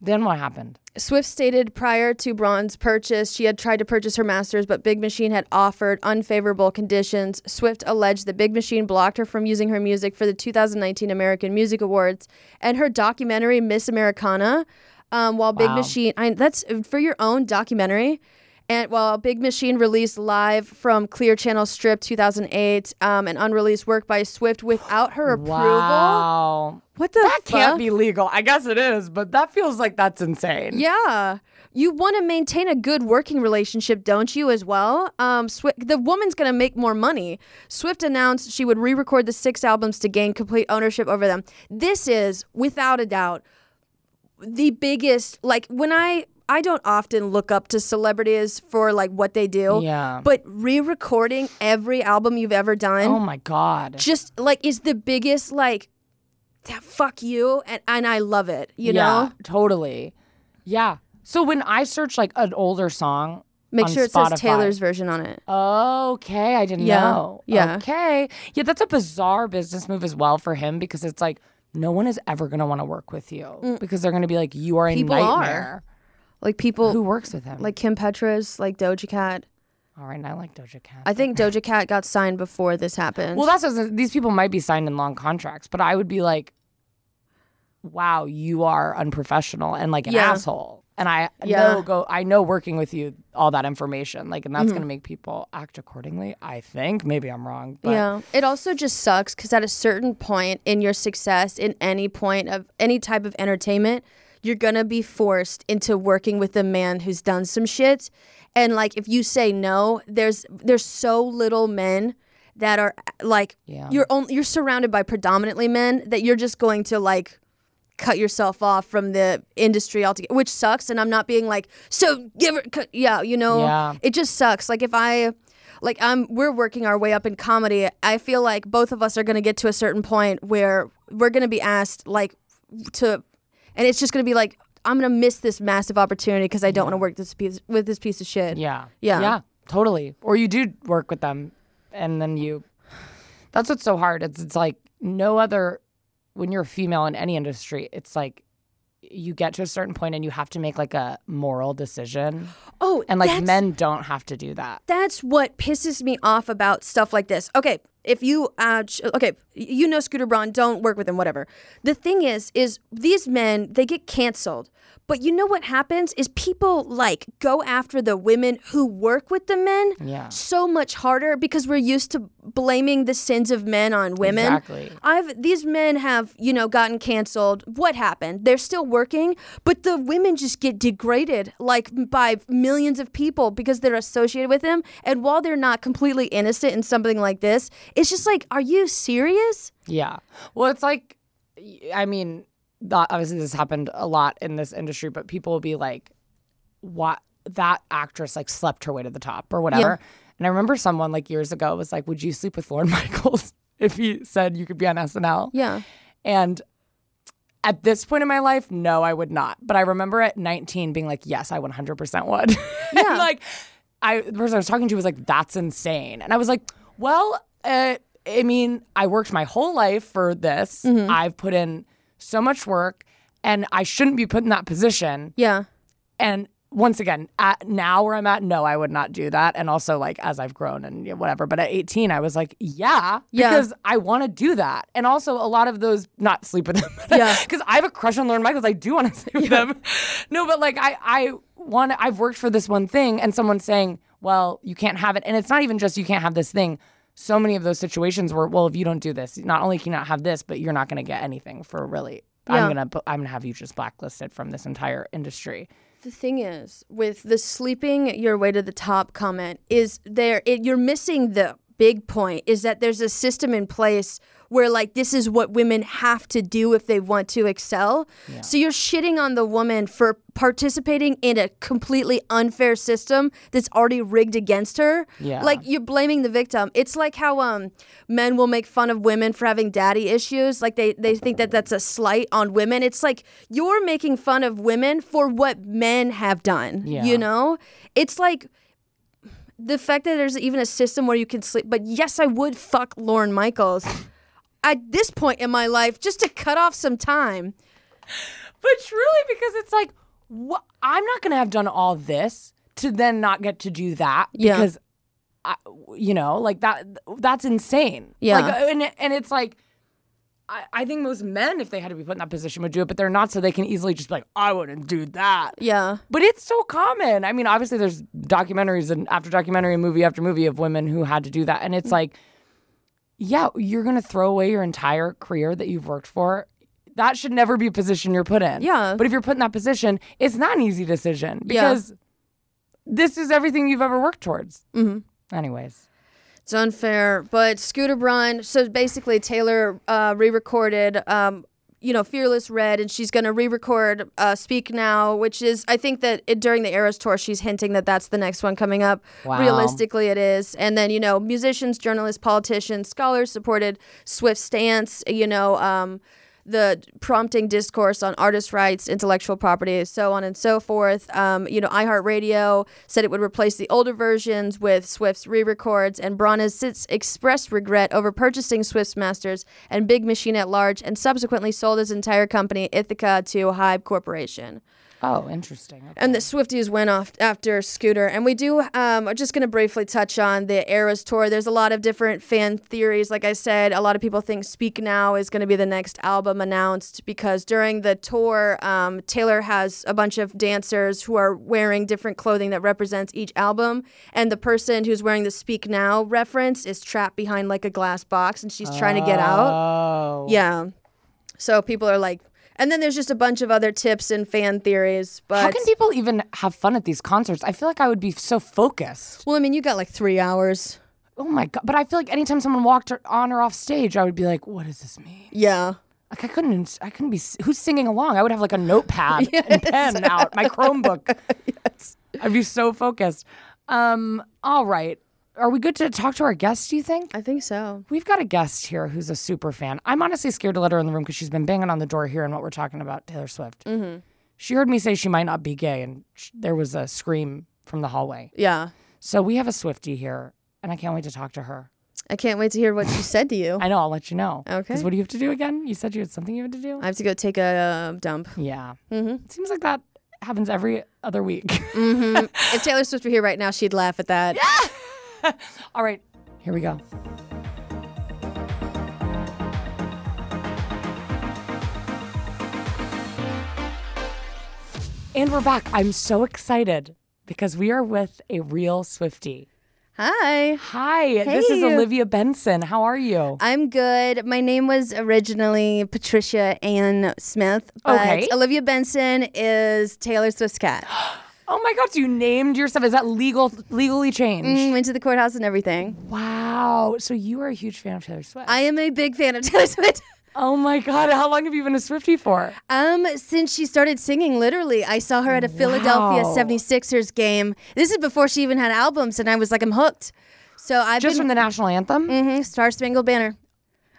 Then what happened? Swift stated prior to Braun's purchase, she had tried to purchase her master's, but Big Machine had offered unfavorable conditions. Swift alleged that Big Machine blocked her from using her music for the 2019 American Music Awards and her documentary Miss Americana. Um, while Big Wow. Machine, I, that's uh, for your own documentary. And while Big Machine released live from Clear Channel Strip 2008, um, an unreleased work by Swift without her approval. Wow. What the That can't fuck? be legal. I guess it is, but that feels like that's insane. Yeah. You want to maintain a good working relationship, don't you, as well? Um, Swi the woman's going to make more money. Swift announced she would re record the six albums to gain complete ownership over them. This is, without a doubt, the biggest. Like, when I. I don't often look up to celebrities for like what they do. Yeah. But re-recording every album you've ever done Oh my God. just like is the biggest like "Yeah, fuck you and, and I love it, you know? Yeah, totally. Yeah. So when I search like an older song, Make on sure it Spotify- says Taylor's version on it. Okay, I didn't Yeah, know. yeah. Okay. Yeah, that's a bizarre business move as well for him because it's like no one is ever going to want to work with you because they're going to be like you are a Mm. People are. nightmare. Like people Who works with him? like Kim Petras, like Doja Cat. all right, and I like Doja Cat. I think Doja Cat got signed before this happened. Well, that's what I was- these people might be signed in long contracts, but I would be like, "Wow, you are unprofessional and like an Yeah. asshole." And I Yeah. know go, I know working with you all that information, like, and that's Mm-hmm. gonna make people act accordingly. I think maybe I'm wrong, but yeah. It also just sucks because at a certain point in your success, in any point of any type of entertainment, you're gonna be forced into working with a man who's done some shit. And like if you say no, there's there's so little men that are like Yeah. you're only you're surrounded by predominantly men that you're just going to like cut yourself off from the industry altogether, which sucks. And I'm not being like, so give her, cut. yeah, you know, Yeah. it just sucks. Like if I, like I'm, we're working our way up in comedy. I feel like both of us are going to get to a certain point where we're going to be asked like to, and it's just going to be like, I'm going to miss this massive opportunity because I don't want to work this piece with this piece of shit. Yeah. Yeah. Yeah. Totally. Or you do work with them and then you That's what's so hard. It's it's like no other when you're a female in any industry, it's like you get to a certain point and you have to make like a moral decision. Oh, And like that's- men don't have to do that. that's what pisses me off about stuff like this. Okay, if you uh, ch- okay, you know Scooter Braun, don't work with him, whatever. The thing is, is these men they get canceled, but you know what happens is people like go after the women who work with the men Yeah. so much harder because we're used to blaming the sins of men on women. Exactly. I've these men have you know gotten canceled. What happened? They're still working, but the women just get degraded like by millions of people because they're associated with them. And while they're not completely innocent in something like this, it's just like, are you serious? Yeah. Well, it's like, I mean, that, obviously this happened a lot in this industry, but people will be like, what? That actress like slept her way to the top or whatever. And I remember someone like years ago was like, would you sleep with Lauren Michaels if he said you could be on SNL? Yeah. And at this point in my life, no, I would not. But I remember at 19 being like, yes, I 100% would. Yeah. and like, I, the person I was talking to was like, that's insane. And I was like, well, uh, I mean, I worked my whole life for this. I've put in so much work and I shouldn't be put in that position. Yeah. And once again, at now where I'm at, no, I would not do that. And also, like, as I've grown and you know, whatever. But at 18, I was like, yeah, Yeah. because I want to do that. And also, a lot of those, not sleep with them. Yeah. Because I have a crush on Lauren Michaels. I do want to sleep with them. No, but like, I, I want to, I've worked for this one thing, and someone's saying, well, you can't have it. And it's not even just you can't have this thing. So many of those situations where, well, if you don't do this, not only can you not have this, but you're not going to get anything for really. Yeah. I'm gonna, bu- I'm gonna have you just blacklisted from this entire industry. The thing is, with the sleeping your way to the top comment, is there it, you're missing the big point is that there's a system in place where like this is what women have to do if they want to excel. So you're shitting on the woman for participating in a completely unfair system that's already rigged against her. Yeah. Like you're blaming the victim. It's like how um men will make fun of women for having daddy issues. Like they they think that that's a slight on women. It's like you're making fun of women for what men have done. Yeah. You know, it's like the fact that there's even a system where you can sleep. But yes, I would fuck Lauren Michaels at this point in my life just to cut off some time. But truly, because it's like, wha I'm not going to have done all this to then not get to do that. Yeah. Because, I, you know, like that, that's insane. Yeah. Like, uh, and, it- and it's like, I, I think most men, if they had to be put in that position, would do it, but they're not, so they can easily just be like, I wouldn't do that. Yeah. But it's so common. I mean, obviously, there's documentaries and after documentary and movie after movie of women who had to do that. And Mm. it's like, yeah, you're going to throw away your entire career that you've worked for. That should never be a position you're put in. Yeah. But if you're put in that position, it's not an easy decision Yeah. because this is everything you've ever worked towards. Mm-hmm. Anyways, It's unfair, but Scooter Braun. So basically, Taylor uh, re-recorded, um, you know, Fearless Red, and she's gonna re-record uh, Speak Now, which is I think that it, during the Eras tour, she's hinting that that's the next one coming up. Wow. Realistically, it is. And then you know, musicians, journalists, politicians, scholars supported Swift's stance. You know. Um, the prompting discourse on artist rights, intellectual property, so on and so forth. Um, you know, iHeartRadio said it would replace the older versions with Swift's re-records, and Braun has since expressed regret over purchasing Swift's masters and Big Machine at large, and subsequently sold his entire company, Ithaca, to Hybe Corporation. oh, interesting. And the Swifties went off after Scooter. And we do, um, I'm just going to briefly touch on the Eras tour. There's a lot of different fan theories. Like I said, a lot of people think Speak Now is going to be the next album announced because during the tour, um, Taylor has a bunch of dancers who are wearing different clothing that represents each album. And the person who's wearing the Speak Now reference is trapped behind like a glass box and she's trying to get out. Oh, Yeah. So people are like, and then there's just a bunch of other tips and fan theories. But how can people even have fun at these concerts? I feel like I would be so focused. Well, I mean, you got like three hours. Oh my god! But I feel like anytime someone walked or- on or off stage, I would be like, "What does this mean?" Yeah. Like I couldn't, I couldn't be. s- Who's singing along? I would have like a notepad and pen out, my Chromebook. I'd be so focused. Um, all right, are we good to talk to our guest? Do you think I think so. we've got a guest here who's a super fan? I'm honestly scared to let her in the room because she's been banging on the door here and what we're talking about Taylor Swift. She heard me say she might not be gay, and sh- there was a scream from the hallway. Yeah. So we have a Swifty here, and I can't wait to talk to her. I can't wait to hear what she said to you. I know. I'll let you know. Okay. Because what do you have to do again? You said you had something you had to do. I have to go take a uh, dump. yeah. Mm-hmm. It seems like that happens every other week. Mm. If Taylor Swift were here right now, she'd laugh at that. All right. Here we go. And we're back. I'm so excited because we are with a real Swifty. Hi. Hi, this is Hey. Olivia Benson. How are you? I'm good. My name was originally Patricia Ann Smith, but Okay. Olivia Benson is Taylor Swift's cat. Oh my God! So you named yourself? Is that legal? Legally changed? Mm, Went to the courthouse and everything. Wow. So you are a huge fan of Taylor Swift. I am a big fan of Taylor Swift. oh my God. How long have you been a Swifty for? Um, since she started singing, literally, I saw her at a Philadelphia Wow. 76ers game. This is before she even had albums, and I was like, I'm hooked. So I've Just from been the Ah. national anthem? Mhm, Star Spangled Banner.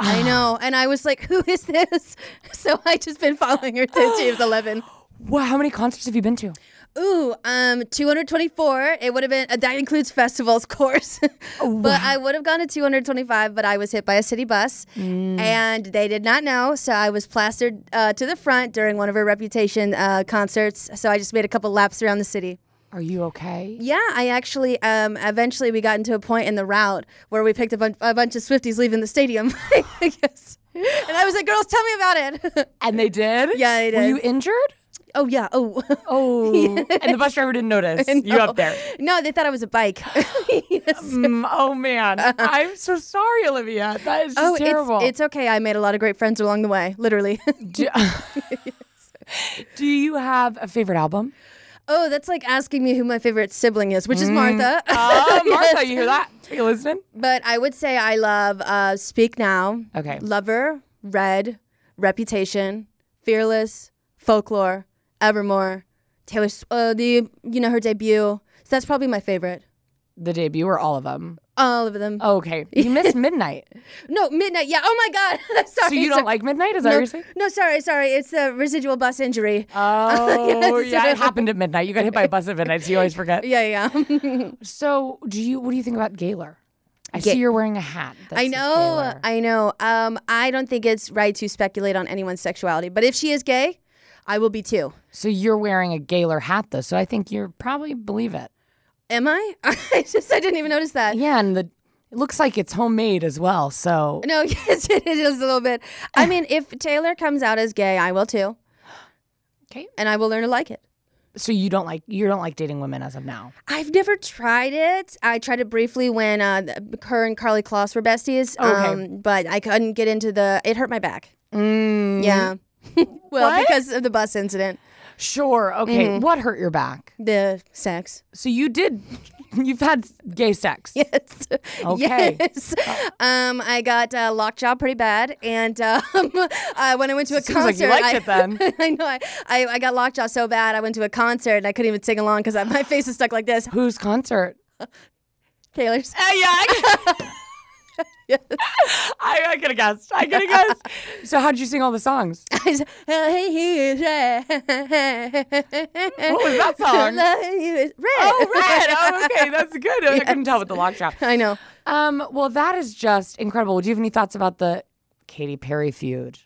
I know, and I was like, "Who is this?" So I just been following her since she was 11. Wow. How many concerts have you been to? Ooh, um, 224. It would have been uh, that includes festivals, of course. Oh, but I would have gone to 225, but I was hit by a city bus, Mm. and they did not know, so I was plastered uh, to the front during one of her Reputation uh, concerts. So I just made a couple laps around the city. Are you okay? Yeah, I actually um, eventually we got into a point in the route where we picked up a, a bunch of Swifties leaving the stadium. I guess. And I was like, "Girls, tell me about it." And they did? Yeah, they Were you did. injured? oh yeah. Oh. Oh. And the bus driver didn't notice. You up there. No, they thought it was a bike. Yes. Mm, oh man. I'm so sorry, Olivia. That is just Oh, terrible. It's, it's okay. I made a lot of great friends along the way, literally. do, do you have a favorite album? oh, that's like asking me who my favorite sibling is, Mm. which is Martha. Oh, Martha, you hear that? Are you listening? but I would say I love uh, Speak Now, Okay. Lover, Red, Reputation, Fearless, Folklore, Evermore, Taylor, Sw- uh, the you know her debut. So that's probably my favorite. The debut or all of them? All of them. Okay. You missed Midnight. No, Midnight. Yeah. Oh my God. sorry. So you don't sorry. like Midnight? Is that what No, you're saying? no, sorry, sorry. It's the residual bus injury. Oh Yes. yeah, it happened at midnight. You got hit by a bus at midnight, so you always forget. yeah, yeah. So, do you? What do you think about Gaylor? I Ga- see you're wearing a hat. That I says know, Gaylor. I know. Um, I don't think it's right to speculate on anyone's sexuality, but if she is gay, I will be too. So you're wearing a Gaylor hat though, so I think you probably believe it. Am I? I just I didn't even notice that. Yeah, and the it looks like it's homemade as well. So No, yes, it is a little bit. I mean, if Taylor comes out as gay, I will too, okay. and I will learn to like it. So you don't like you don't like dating women as of now. I've never tried it. I tried it briefly when uh, th- her and Carly Kloss were besties, Okay. um, but I couldn't get into the. It hurt my back. Mm, Yeah. well, What? because of the bus incident, Sure. Okay. What hurt your back? the sex. So you did. You've had gay sex. Yes. Okay. Uh, Yes. Um, I got uh, lockjaw pretty bad, and um, uh, when I went to a Seems like you concert, liked I, it then. I know I, I, I got lockjaw so bad. I went to a concert and I couldn't even sing along because my face was stuck like this. Whose concert? Taylor's. Hey, yeah. I, I, I could have guessed. I could have guessed. So how would you sing all the songs? I said, "Oh, he is red." What was that song? red. Oh, red. Oh, okay. That's good. I couldn't tell with the lockjaw. I know. Um. Well, that is just incredible. Do you have any thoughts about the Katy Perry feud?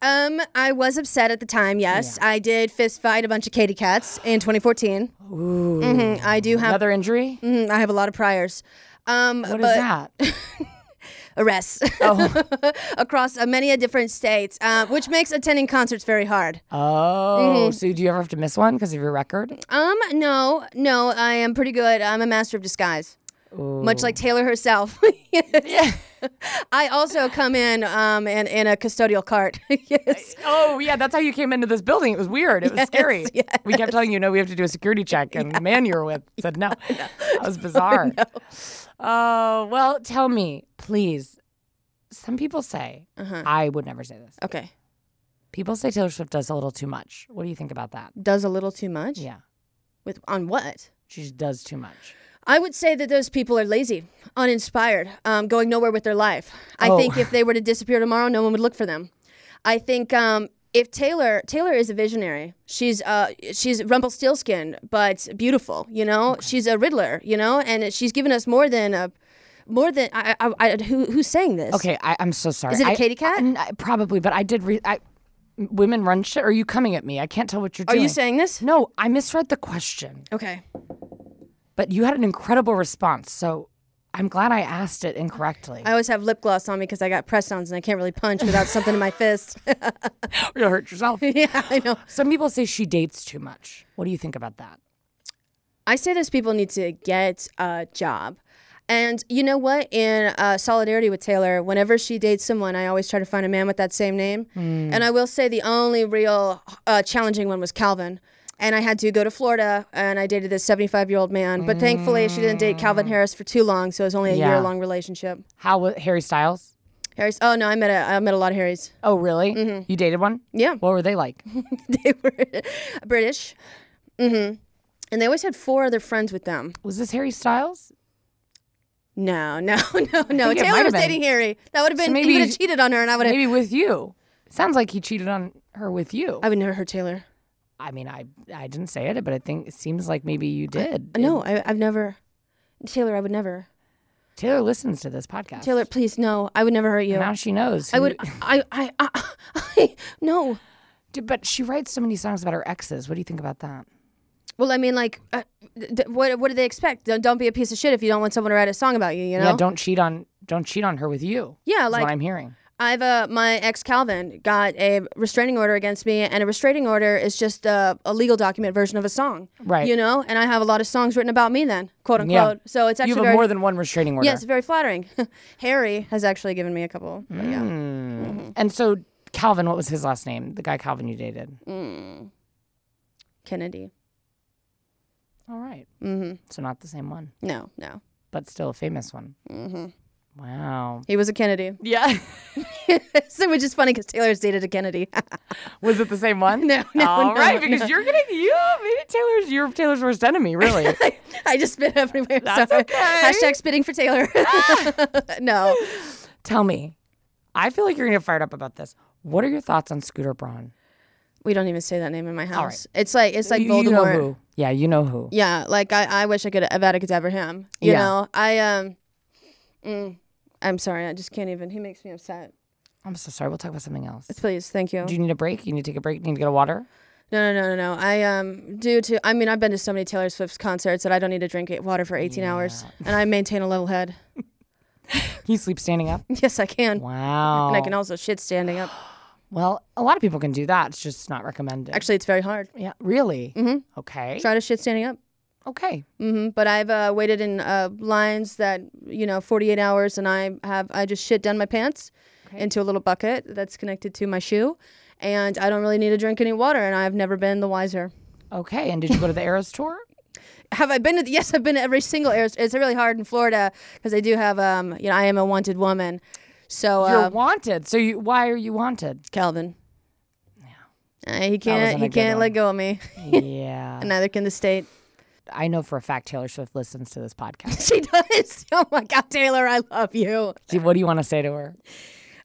Um, I was upset at the time. Yes, I did fist fight a bunch of Katy cats in 2014. Ooh. Mhm, I do have. Another injury? What mhm, I have a lot of priors. Um, is but that? arrests Oh. across uh, many a different states, uh, which makes attending concerts very hard. Oh. So do you ever have to miss one because of your record? Um, no, no, I am pretty good. I'm a master of disguise, much like Taylor herself. Yes. I also come in um in, in a custodial cart. yes. Oh yeah, that's how you came into this building. It was weird. It was scary. We kept telling you, no, we have to do a security check, and the man you were with said no. That was bizarre. Oh well, tell me, please. Some people say I would never say this. Okay. People say Taylor Swift does a little too much. What do you think about that? Does a little too much. Yeah, With on what? she does too much. I would say that those people are lazy, uninspired, um, going nowhere with their life. I Oh. think if they were to disappear tomorrow, no one would look for them. I think um, if Taylor Taylor is a visionary, she's uh, she's Rumpelstiltskin, but beautiful. You know, she's a Riddler. You know, and she's given us more than a more than I, I, I who who's saying this? Okay, I, I'm so sorry. Is it a I- kitty cat? I- n- I- probably, but I did. Re- I, women run shit. Are you coming at me? I can't tell what you're are doing. you saying this? No, I misread the question. Okay. But you had an incredible response, so I'm glad I asked it incorrectly. I always have lip gloss on me because I got press ons and I can't really punch without something in my fist. You'll hurt yourself. yeah, I know. Some people say she dates too much. What do you think about that? I say those people need to get a job. And you know what? In uh, solidarity with Taylor, whenever she dates someone, I always try to find a man with that same name. And I will say the only real uh, challenging one was Calvin. And I had to go to Florida and I dated this 75 year old man. But thankfully, she didn't date Calvin Harris for too long. So it was only a Yeah. year long relationship. How was Harry Styles? Harris, oh no, I met a, I met a lot of Harrys. Oh, really? You dated one? Yeah. What were they like? they were British. hmm And they always had four other friends with them. Was this Harry Styles? No, no, no, no. it might Taylor was have been. dating Harry. That would have been. maybe he would you- have cheated on her, and I would have. Maybe with you. Sounds like he cheated on her with you. I would never hurt Taylor. I mean, I I didn't say it, but I think it seems like maybe you did. No, I, I've never. Taylor, I would never. Taylor listens to this podcast. Taylor, please, no. I would never hurt you. now she knows. I who- would. I. I. I, I no. Dude, But she writes so many songs about her exes. What do you think about that? Well, I mean, like, uh, th- what? What do they expect? Don't, don't be a piece of shit if you don't want someone to write a song about you. You know. Yeah, don't cheat on don't cheat on her with you. Yeah, is like- what I'm hearing. I've uh, my ex Calvin got a restraining order against me, and a restraining order is just a, a legal document version of a song, Right. You know, and I have a lot of songs written about me, then quote Yeah. unquote. So it's actually you have very, more than one restraining order. Yes, very flattering. Harry has actually given me a couple. but yeah. Mm. And so Calvin, what was his last name? The guy Calvin you dated. Kennedy. All right. hmm So not the same one, No, no. but still a famous one. hmm Wow. He was a Kennedy. Yeah. so, which is funny because Taylor's dated a Kennedy. was it the same one? No, no, All no, right, because no. you're getting you made it Taylor's you're Taylor's worst enemy, really. I just spit everywhere. That's sorry. okay. Ah! Hashtag spitting for Taylor. no. Tell me. I feel like you're gonna get fired up about this. What are your thoughts on Scooter Braun? We don't even say that name in my house. All right. It's like it's like you, Voldemort. you know who. Yeah, you know who. Yeah, like I, I wish I could have had a cadaver him. You Yeah. know, I um, mm, I'm sorry, I just can't even. He makes me upset. I'm so sorry. We'll talk about something else. Please, thank you. Do you need a break? You need to take a break? Need to get a water? No, no, no, no, no. I um due to I mean I've been to so many Taylor Swift's concerts that I don't need to drink eight- water for 18 hours, and I maintain a level head. Can you sleep standing up? Yes, I can. Wow. And I can also shit standing up. Well, a lot of people can do that. It's just not recommended. Actually, it's very hard. yeah, really? Mm-hmm. Okay. Try to shit standing up. Okay. hmm But I've uh, waited in uh, lines that you know 48 hours, and I have I just shit down my pants into a little bucket that's connected to my shoe, and I don't really need to drink any water, and I've never been the wiser. Okay. And did you go to the Eras tour? Have I been to? The, yes, I've been to every single air. It's really hard in Florida because I do have um. You know, I am a wanted woman. So You're uh, wanted. So you, why are you wanted? Calvin. Yeah. he can't. wasn't a He good can't let one. go of me. yeah. and neither can the state. I know for a fact Taylor Swift listens to this podcast. She does. Oh my God, Taylor, I love you. See, what do you want to say to her?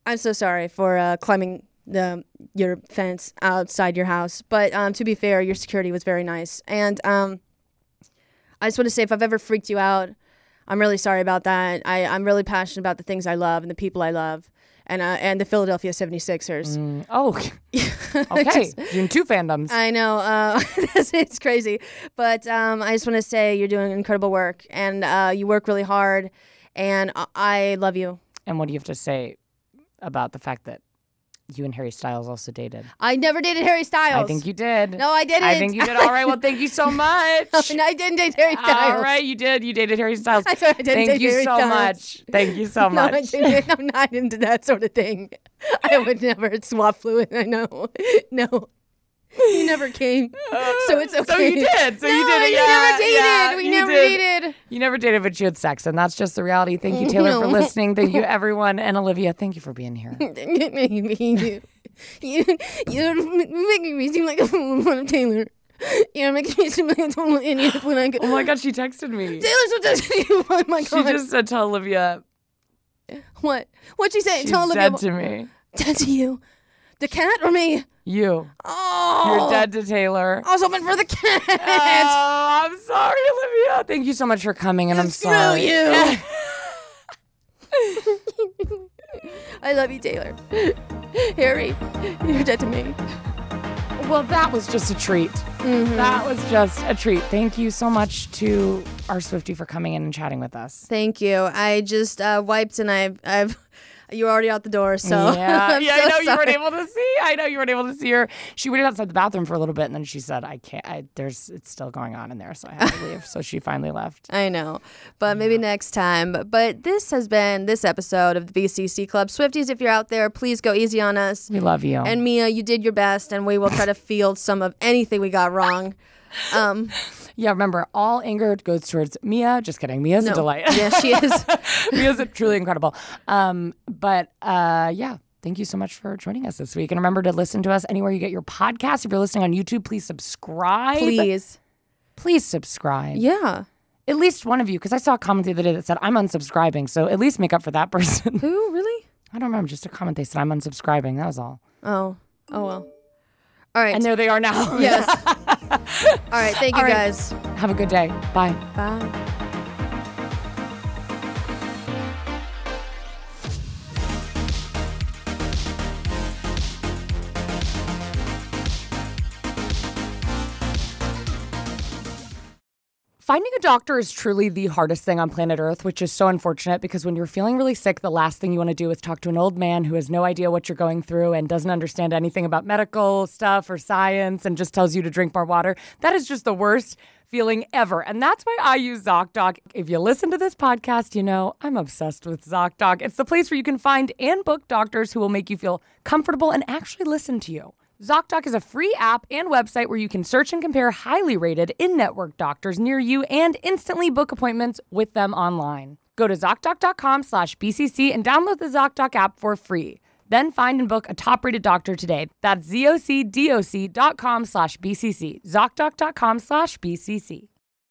I'm so sorry for uh, climbing the your fence outside your house. But um, to be fair, your security was very nice. And um, I just want to say, if I've ever freaked you out, I'm really sorry about that. I, I'm really passionate about the things I love and the people I love, and uh, and the Philadelphia 76ers. Oh, okay. You're in two fandoms. I know uh, it's, it's crazy, but um, I just want to say you're doing incredible work, and uh, you work really hard, and I, I love you. and what do you have to say about the fact that you and Harry Styles also dated? I never dated Harry Styles. I think you did. No, I didn't. I think you did. All right. Well, thank you so much. and I didn't date Harry Styles. All right, you did. You dated Harry Styles. I did- I did Thank date you Harry so Styles. much. Thank you so No, I much. didn't. I'm not into that sort of thing. I would never swap fluid. I know. No. You never came. So it's okay. So you did. So you No, did it. We Yeah, never dated. yeah, we you never did. dated. You never dated, but you had sex, and that's just the reality. Thank you, Taylor, for No. listening. Thank you, everyone, and Olivia. Thank you for being here. Oh you, you, you're making me seem like a fool in front of Taylor. You're making me seem like a total idiot when I go. Oh my God, she texted me. Taylor's what does you? Oh my She god. just said to Olivia, what? What'd she say? she Tell Olivia. said to me, dead to you. The cat or me? "You, Oh. you're dead to Taylor." I was hoping for the cat. Oh, I'm sorry, Olivia. Thank you so much for coming, and I'm Screw sorry. you. I love you, Taylor. Harry, you're dead to me. Well, that was just a treat. Mm-hmm. That was just a treat. Thank you so much to our Swifty for coming in and chatting with us. Thank you. I just uh, wiped and I've, I've, you're already out the door. So yeah, I'm yeah, so I know you weren't sorry. able to see. I know you weren't able to see her. She waited outside the bathroom for a little bit, and then she said, "I can't. I, there's it's still going on in there, so I have to leave." so she finally left. I know, but maybe next time. But this has been this episode of the BCC Club. Swifties, if you're out there, please go easy on us. We love you. And Mia, you did your best, and we will try to field some of anything we got wrong. Um, yeah, remember, all anger goes towards Mia. Just kidding. Mia's a delight. yeah, she is. Mia's truly incredible. Um, but uh, yeah, thank you so much for joining us this week. And remember to listen to us anywhere you get your podcast. If you're listening on YouTube, please subscribe. Please. Please subscribe. Yeah. At least one of you, because I saw a comment the other day that said, I'm unsubscribing. So at least make up for that person. Who? Really? I don't remember, just a comment. They said, I'm unsubscribing. That was all. Oh. Oh well. All right. And there they are now. yes. All right. Thank you All right. guys. Have a good day. Bye. Bye. Finding a doctor is truly the hardest thing on planet Earth, which is so unfortunate because when you're feeling really sick, the last thing you want to do is talk to an old man who has no idea what you're going through and doesn't understand anything about medical stuff or science and just tells you to drink more water. That is just the worst feeling ever. And that's why I use ZocDoc. If you listen to this podcast, you know I'm obsessed with ZocDoc. It's the place where you can find and book doctors who will make you feel comfortable and actually listen to you. ZocDoc is a free app and website where you can search and compare highly rated in network doctors near you and instantly book appointments with them online. Go to ZocDoc.com slash BCC and download the ZocDoc app for free. Then find and book a top rated doctor today. That's ZocDoc.com slash BCC. ZocDoc.com slash BCC.